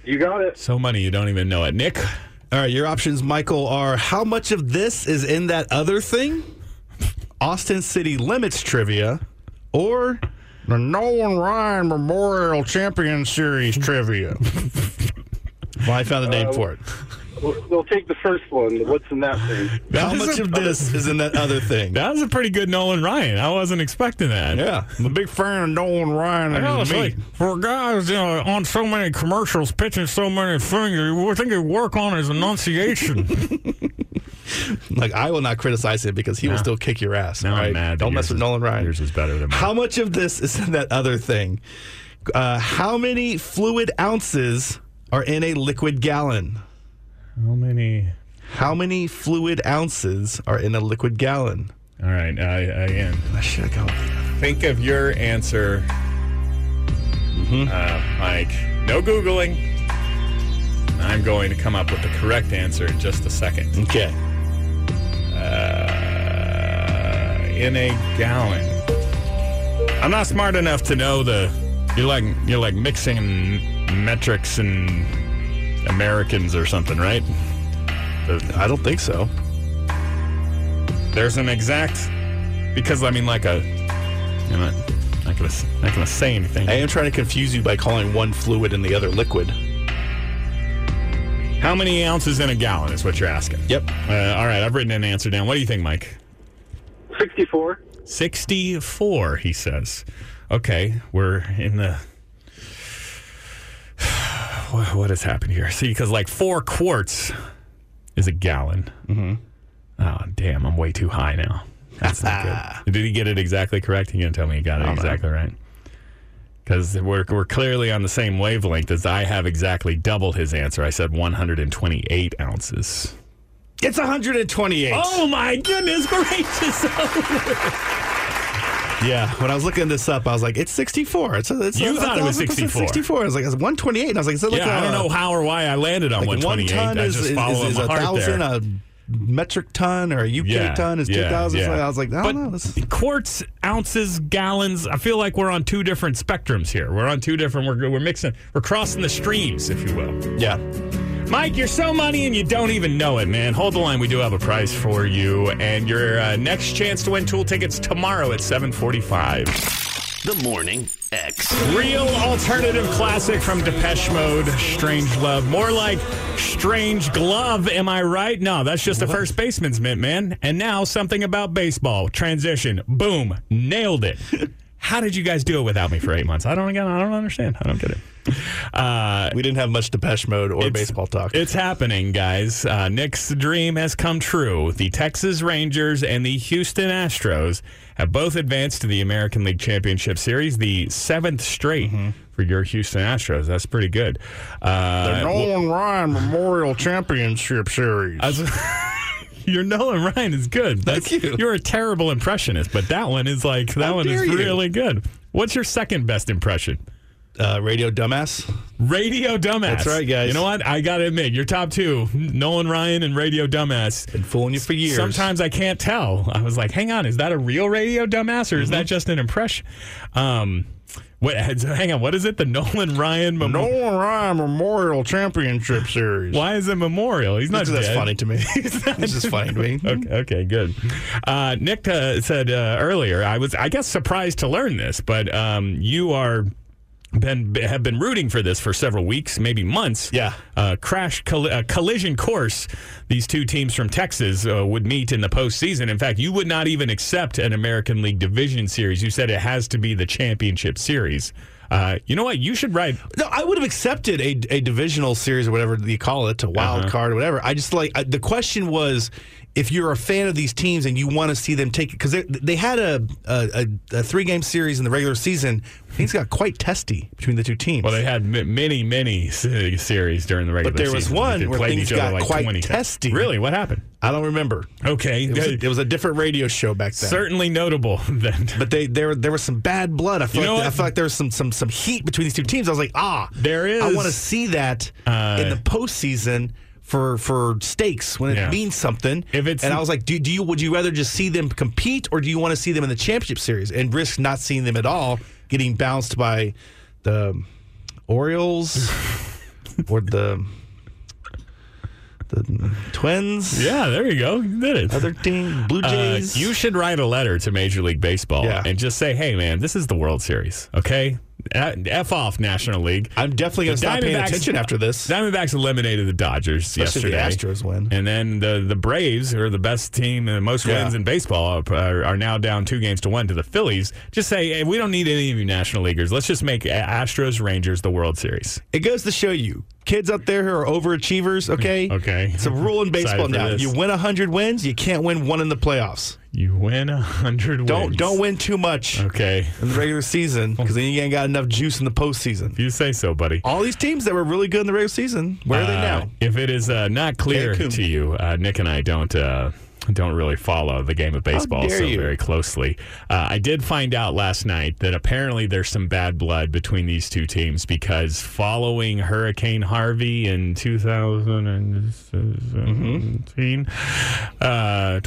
You got it.
So money, you don't even know it. Nick?
All right, your options, Michael, are how much of this is in that other thing? Austin City Limits trivia, or
the Nolan Ryan Memorial Champion Series trivia.
well, I found the name
Uh,
for it.
We'll, we'll take the first one. What's in that thing?
How much of this is in that other thing?
That was a pretty good Nolan Ryan. I wasn't expecting that.
Yeah.
I'm a big fan of Nolan Ryan
I
and
know,
his
it's like,
meat.
for a guy who's uh, on so many commercials, pitching so many things, I think he'd work on his enunciation.
Like I will not criticize him because he will still kick your ass.
Now
all
I'm
right?
mad that
Don't mess
yours
with
is-
Nolan Ryan.
yours is better than mine.
How much of this is in that other thing? Uh, how many fluid ounces are in a liquid gallon?
How many?
How many fluid ounces are in a liquid gallon?
All right, I, I am.
I should have gone.
Think of your answer, uh, Mike. No Googling. I'm going to come up with the correct answer in just a second.
Okay.
Uh, in a gallon. I'm not smart enough to know the. You're like you're like mixing metrics and Americans or something, right?
I don't think so.
There's an exact because I mean like a. I'm not, not gonna s- not gonna say anything.
I am trying to confuse you by calling one fluid and the other liquid.
How many ounces in a gallon is what you're asking?
Yep.
Uh, all right, I've written an answer down. What do you think, Mike?
64.
64, he says. Okay, we're in the. Wha- What has happened here? See, because like four quarts is a gallon. Mm-hmm. Oh, damn, I'm way too high now. That's not good. Did he get it exactly correct? You're going to tell me he got it exactly right? Because we're, we're clearly on the same wavelength as I have exactly double his answer. I said 128 ounces.
It's 128.
Oh my goodness gracious!
Yeah, when I was looking this up, I was like, it's 64. It's a, it's
You
a,
thought it was
1000%
64.
64. I was like, it's 128. And I was like, is it like
yeah, I I don't
a-
know how or why I landed on
like
128.
One ton
I
is,
just
is,
follow
is, is
my
a
heart
thousand,
there.
a metric ton, or a UK
Yeah,
ton is
yeah,
2,000. So
yeah.
I was like, I
But
don't know. This
quarts, ounces, gallons. I feel like we're on two different spectrums here. We're on two different. We're we're mixing. We're crossing the streams, if you will.
yeah.
Mike, you're so money and you don't even know it, man. Hold the line. We do have a prize for you, and your uh, next chance to win Tool tickets tomorrow at 7:45.
The Morning X.
Real alternative classic from Depeche Mode, Strange Love. More like Strange Glove, am I right? No, that's just a first baseman's mint, man. And now something about baseball. Transition. Boom. Nailed it. How did you guys do it without me for eight months? I don't again. I don't understand. I don't get it. Uh,
We didn't have much Depeche Mode or
it's-
baseball talk.
It's happening, guys. Uh, Nick's dream has come true. The Texas Rangers and the Houston Astros have both advanced to the American League Championship Series, the seventh straight
Mm-hmm.
for your Houston Astros. That's pretty good.
The
Uh,
Nolan Ryan Memorial Championship Series.
as- your Nolan Ryan is good. That's,
Thank you.
You're a terrible impressionist, but that one is like that
How
one is
dare you.
really good. What's your second best impression?
uh, Radio Dumbass.
Radio Dumbass.
That's right, guys.
You know what? I got to admit, your top two, Nolan Ryan and Radio Dumbass.
Been fooling you for years.
Sometimes I can't tell. I was like, hang on, is that a real radio dumbass or is
Mm-hmm.
that just an impression? Um, what, hang on, what is it? The Nolan Ryan Memorial?
Nolan Ryan Memorial Championship Series.
Why is it memorial? He's not
Because that's
dead.
funny to me. it's just funny to me.
Okay, okay, good. Uh, Nick uh, said uh, earlier, I was, I guess, surprised to learn this, but um, you are been have been rooting for this for several weeks, maybe months.
Yeah.
Uh, crash colli- uh, collision course. These two teams from Texas uh, would meet in the postseason. In fact, you would not even accept an American League Division Series. You said it has to be the championship series. Uh, you know what? You should write.
No, I would have accepted a, a divisional series or whatever you call it, a wild
Uh-huh.
card or whatever. I just like I, the question was if you're a fan of these teams and you want to see them take it because they, they had a a, a, a three game series in the regular season. Things got quite testy between the two teams.
Well, they had m- many, many se- series during the regular
there was
season.
one
They
where
played
things
each other
got
like
quite
20 times.
testy.
Really? What happened?
I don't remember.
Okay.
It was, a, it was a different radio show back then.
certainly notable then.
But they there there was some bad blood. I feel
You know
like, I
what?
feel like there was some some some heat between these two teams. I was like, ah,
There
I
is.
want to see that
Uh,
in the postseason for for stakes when it
Yeah.
means something.
If it's-
and I was like, do, do you would you rather just see them compete or do you want to see them in the championship series and risk not seeing them at all, getting bounced by the Orioles or the The Twins.
Yeah, there you go. You did it.
Other team, Blue Jays.
Uh, you should write a letter to Major League Baseball
Yeah.
and just say, "Hey, man, this is the World Series, okay? Uh, F off, National League."
I'm definitely going to
The
stop paying
Diamondbacks-
attention after this.
Diamondbacks eliminated the Dodgers
Especially the
yesterday.
Astros win.
and then the the Braves, who are the best team and the most
Yeah.
wins in baseball, are, are now down two games to one to the Phillies. Just say, "Hey, we don't need any of you National Leaguers. Let's just make Astros Rangers the World Series."
It goes to show you, kids out there who are overachievers. Okay,
Okay.
It's a rule in baseball
Excited for
now.
this.
You win hundred wins, you can't win one in the playoffs.
You win a hundred.
Don't don't win too much
Okay.
in the regular season because then you ain't got enough juice in the postseason.
You say so, buddy.
All these teams that were really good in the regular season, where are they
Uh,
now?
If it is uh, not clear
Cancun.
to you, uh, Nick and I don't uh, don't really follow the game of baseball
dare
so
you.
very closely. Uh, I did find out last night that apparently there's some bad blood between these two teams because following Hurricane Harvey in 2017, uh,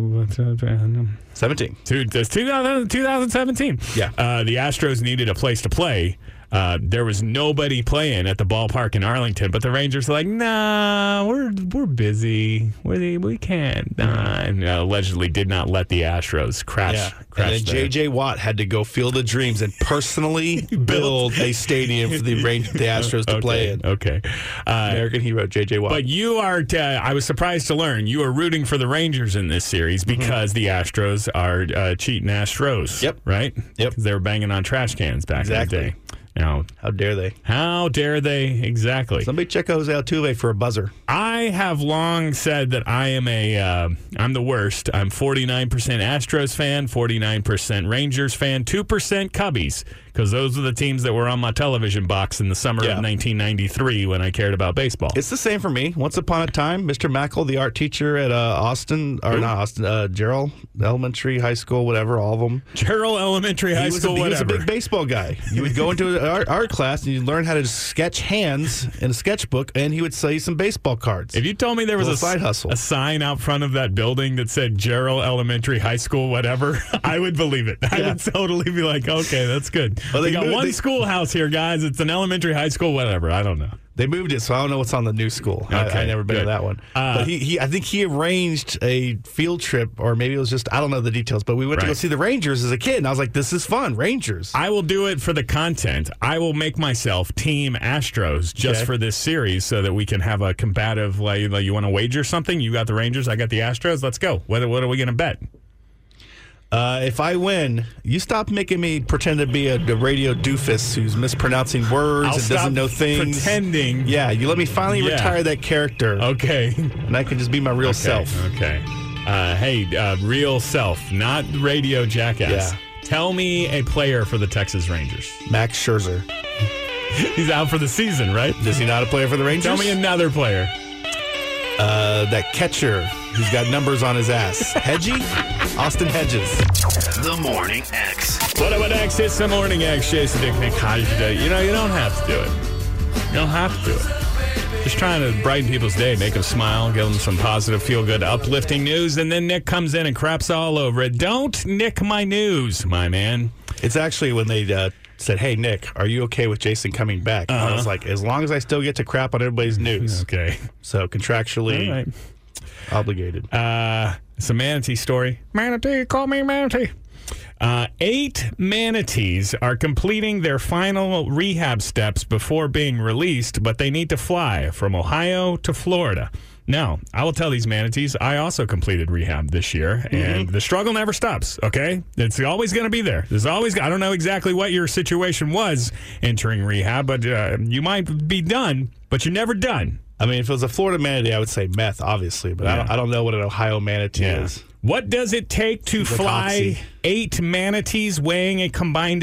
20,
17.
Two, that's 2000 2017.
Yeah.
Uh, the Astros needed a place to play. Uh, there was nobody playing at the ballpark in Arlington, but the Rangers were like, nah, we're we're busy. We we can't. Nah. And uh, allegedly did not let the Astros crash.
Yeah.
crash
and
the-
then JJ Watt had to go field the dreams and personally build a stadium for the range the Astros to
okay,
play in.
Okay. Uh,
American hero JJ Watt.
but you are, t- I was surprised to learn you are rooting for the Rangers in this series
Mm-hmm.
because the Astros are uh, cheating Astros.
Yep.
Right?
Yep.
'Cause They were banging on trash cans back in the
Exactly.
day. Now,
How dare they?
How dare they? Exactly.
Somebody check Jose Altuve for a buzzer.
I have long said that I am a uh, I'm the worst. I'm 49% Astros fan, 49% Rangers fan, 2% Cubbies because those are the teams that were on my television box in the summer
Yeah.
of 1993 when I cared about baseball.
It's the same for me. Once upon a time, Mr. Mackel, the art teacher at uh, Austin, or not Austin, uh, Gerald Elementary, High School, whatever, all of them.
Gerald Elementary High
he was,
School,
a, he was a
whatever.
big baseball guy. You would go into an art, art class and you'd learn how to sketch hands in a sketchbook, and he would sell you some baseball cards.
if you told me there was a,
Little side
s-
hustle.
a sign out front of that building that said Gerald Elementary High School, whatever, I would believe it. I
Yeah.
would totally be like, okay, that's good.
Well,
we
they
got
moved-
one
they-
schoolhouse here, guys. It's an elementary, high school, whatever. I don't know.
They moved it, so I don't know what's on the new school. I- I,
Okay,
never been to
good.
that one.
Uh,
but he, he, I think he arranged a field trip, or maybe it was just I don't know the details. But we went to go
Right.
see the Rangers as a kid, and I was like, "This is fun, Rangers."
I will do it for the content. I will make myself Team Astros just
Okay.
for this series so that we can have a combative, like, like you want to wager something? You got the Rangers, I got the Astros. Let's go. What, what are we going to bet?
Uh, if I win, you stop making me pretend to be a, a radio doofus who's mispronouncing words
I'll
and
stop
doesn't know things.
pretending.
Yeah, you let me finally
Yeah.
retire that character,
Okay.
and I can just be my real self.
Okay. Uh, hey, uh, real self, not radio jackass.
Yeah.
Tell me a player for the Texas Rangers.
Max Scherzer.
He's out for the season, right?
Is he not a player for the Rangers?
Tell me another player.
uh, that catcher who's got numbers on his ass. Hedgie? Austin Hedges.
The Morning X.
What up, X? It's the morning X. Jason Dick Nick Hodge today. You know, you don't have to do it. You don't have to do it. Just trying to brighten people's day, make them smile, give them some positive, feel good, uplifting news, and then Nick comes in and craps all over it. Don't nick my news, my man.
It's actually when they uh, said, Hey, Nick, are you okay with Jason coming back? And I was like, As long as I still get to crap on everybody's news.
Uh-huh. Okay.
So contractually
All right.
obligated.
Uh, it's a manatee story. Manatee, call me manatee. Uh, eight manatees are completing their final rehab steps before being released, but they need to fly from Ohio to Florida. Now, I will tell these manatees, I also completed rehab this year, and the struggle never stops, okay? It's always going to be there. There's always, I don't know exactly what your situation was entering rehab, but uh, you might be done, but you're never done.
I mean, if it was a Florida manatee, I would say meth, obviously, but I, don't,
Yeah.
I don't know what an Ohio manatee
Yeah.
is.
What does it take to
like
fly
Oxy.
eight manatees weighing a combined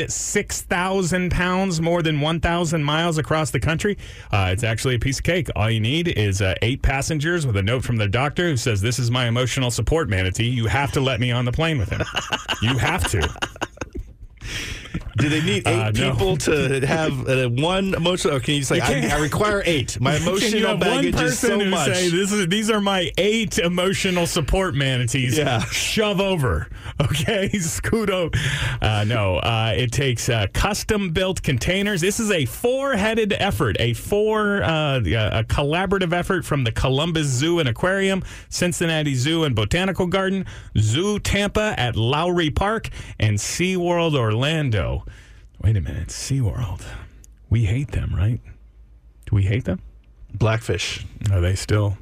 6,000 pounds, more than 1,000 miles across the country? Uh, it's actually a piece of cake. All you need is uh, eight passengers with a note from their doctor who says, This is my emotional support manatee. You have to let me on the plane with him. you have to.
Do they need eight
Uh, no.
people to have uh, one emotional? Or can you say,
You can't-
I, I require eight? My
Can you
emotional
have
baggage
one
is so
person who
much.
Say, this is these are my eight emotional support manatees.
Yeah.
shove over. Okay, scoot over. Uh, no, uh, it takes uh, custom built containers. This is a four headed effort, a four uh, a collaborative effort from the Columbus Zoo and Aquarium, Cincinnati Zoo and Botanical Garden, Zoo Tampa at Lowry Park, and SeaWorld Orlando. Wait a minute, SeaWorld. We hate them, right? Do we hate them?
Blackfish.
Are they still?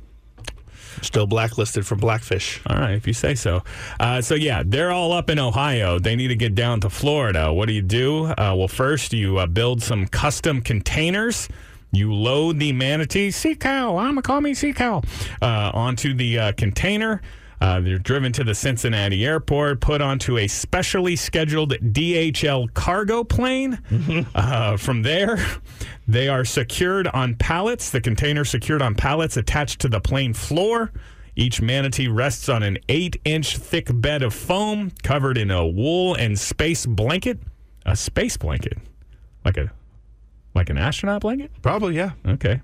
Still blacklisted from Blackfish.
All right, if you say so. Uh, so, yeah, they're all up in Ohio. They need to get down to Florida. What do you do? Uh, well, first, you uh, build some custom containers. You load the manatee, sea cow, I'm going to call me sea cow, uh, onto the uh, container. Uh, they're driven to the Cincinnati airport, put onto a specially scheduled DHL cargo plane. Uh, from there, they are secured on pallets, the container secured on pallets attached to the plane floor. Each manatee rests on an eight inch thick bed of foam covered in a wool and space blanket. A space blanket? Like a like an astronaut blanket?
Probably, yeah.
Okay.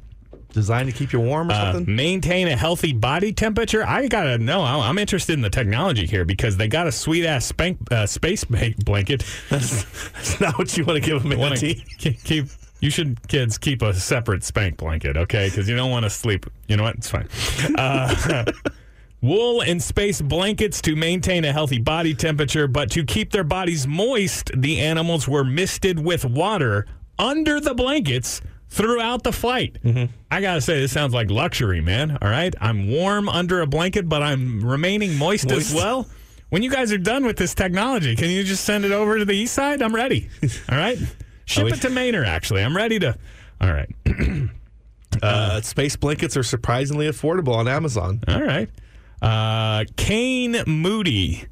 Designed to keep you warm or
Uh,
something?
maintain a healthy body temperature. I gotta know. I'm I'm interested in the technology here because they got a sweet ass spank, uh, space ba- blanket.
That's, that's not what you want to give a
Wanna
manatee.
k- keep you should kids keep a separate spank blanket, okay? Because you don't want to sleep. You know what? It's fine. Uh, wool and space blankets to maintain a healthy body temperature, but to keep their bodies moist, the animals were misted with water under the blankets throughout the flight. I gotta say, this sounds like luxury, man. All right, I'm warm under a blanket, but I'm remaining moist, as
Moist.
well. When you guys are done with this technology, can you just send it over to the east side? I'm ready. All right, ship it to Maynard. Actually, I'm ready to. All right.
Uh, space blankets are surprisingly affordable on Amazon.
All right. Uh, Kane Moody.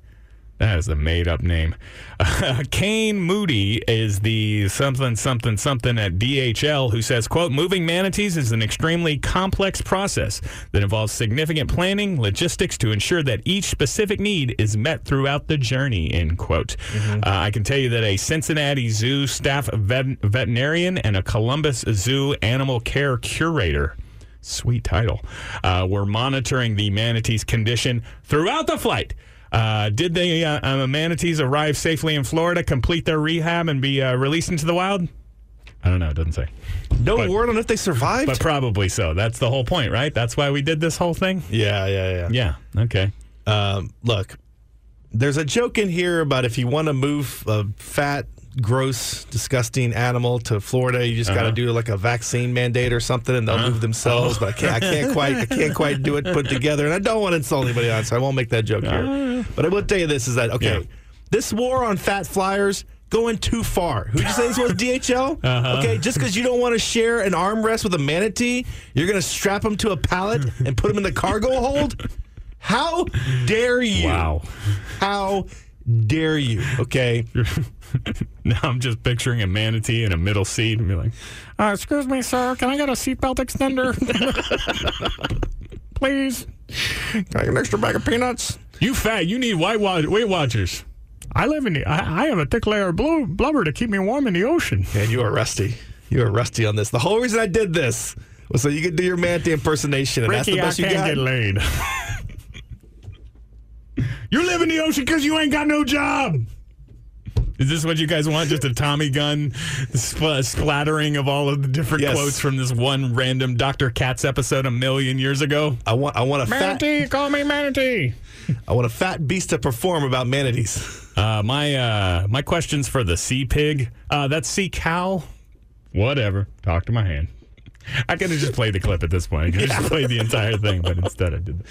That is a made up name. Uh, Kane Moody is the something, something, something at DHL who says, quote, moving manatees is an extremely complex process that involves significant planning, logistics to ensure that each specific need is met throughout the journey, end quote. Uh, I can tell you that a Cincinnati Zoo staff vet- veterinarian and a Columbus Zoo animal care curator sweet title. Uh, we're monitoring the manatee's condition throughout the flight. Uh, did the uh, uh, manatees arrive safely in Florida, complete their rehab, and be uh, released into the wild? I don't know. It doesn't say.
No
But-
word on if they survived.
But probably so. That's the whole point, right? That's why we did this whole thing?
yeah, yeah, yeah.
Yeah. Okay.
Um, look, there's a joke in here about if you want to move a fat, gross, disgusting animal to Florida, you just got
Uh-huh.
to do like a vaccine mandate or something, and they'll move themselves. But I can't, I can't quite, I can't quite do it put together, and I don't want to insult anybody on, it, so I won't make that joke here. But I will tell you this: is that okay?
Uh-huh. Yeah.
This war on fat flyers. Going too far. Who'd you say this was? DHL?
Uh-huh.
Okay, just because you don't want to share an armrest with a manatee, you're going to strap him to a pallet and put him in the cargo hold? How dare you?
Wow.
How dare you? Okay.
now I'm just picturing a manatee in a middle seat and be like, uh, excuse me, sir, can I get a seatbelt extender? Please.
Like an extra bag of peanuts.
You fat. You need white wa- Weight Watchers. I live in the. I, I have a thick layer of blue, blubber to keep me warm in the ocean.
Man, you are rusty. You are rusty on this. The whole reason I did this was so you could do your manatee impersonation, and
Ricky,
that's the
I
best
can't
you
get
got.
laid. you live in the ocean because you ain't got no job. Is this what you guys want? Just a Tommy gun spl- splattering of all of the different
Yes.
quotes from this one random Dr. Katz episode a million years ago?
I want. I want a fat.
Manatee, call me Manatee.
I want a fat beast to perform about manatees.
Uh, my uh, my questions for the sea pig. Uh, that's sea cow. Whatever. Talk to my hand. I could have just played the clip at this point. I could have just played the entire thing, but instead I did. That.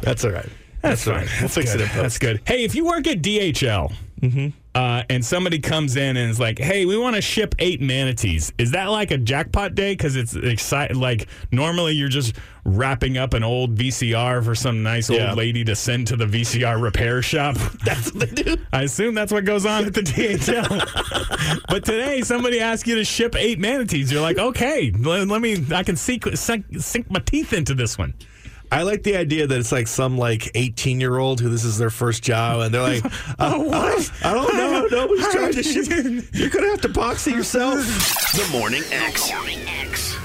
That's all right. all right. We'll fix
good.
it. In post.
That's good. Hey, if you work at DHL
Mm-hmm.
uh, and somebody comes in and is like, "Hey, we want to ship eight manatees," is that like a jackpot day? Because it's exciting. Like normally, you're just wrapping up an old VCR for some nice
Yeah.
old lady to send to the VCR repair shop.
That's what they do.
I assume that's what goes on at the DHL. but today, somebody asked you to ship eight manatees. You're like, okay, let, let me. I can sink, sink, sink my teeth into this one.
I I like the idea that it's like some like 18 year old who this is their first job and they're like,
Oh,
uh, what? I don't know. Nobody's trying to shoot. You're gonna have to box it yourself.
The Morning X.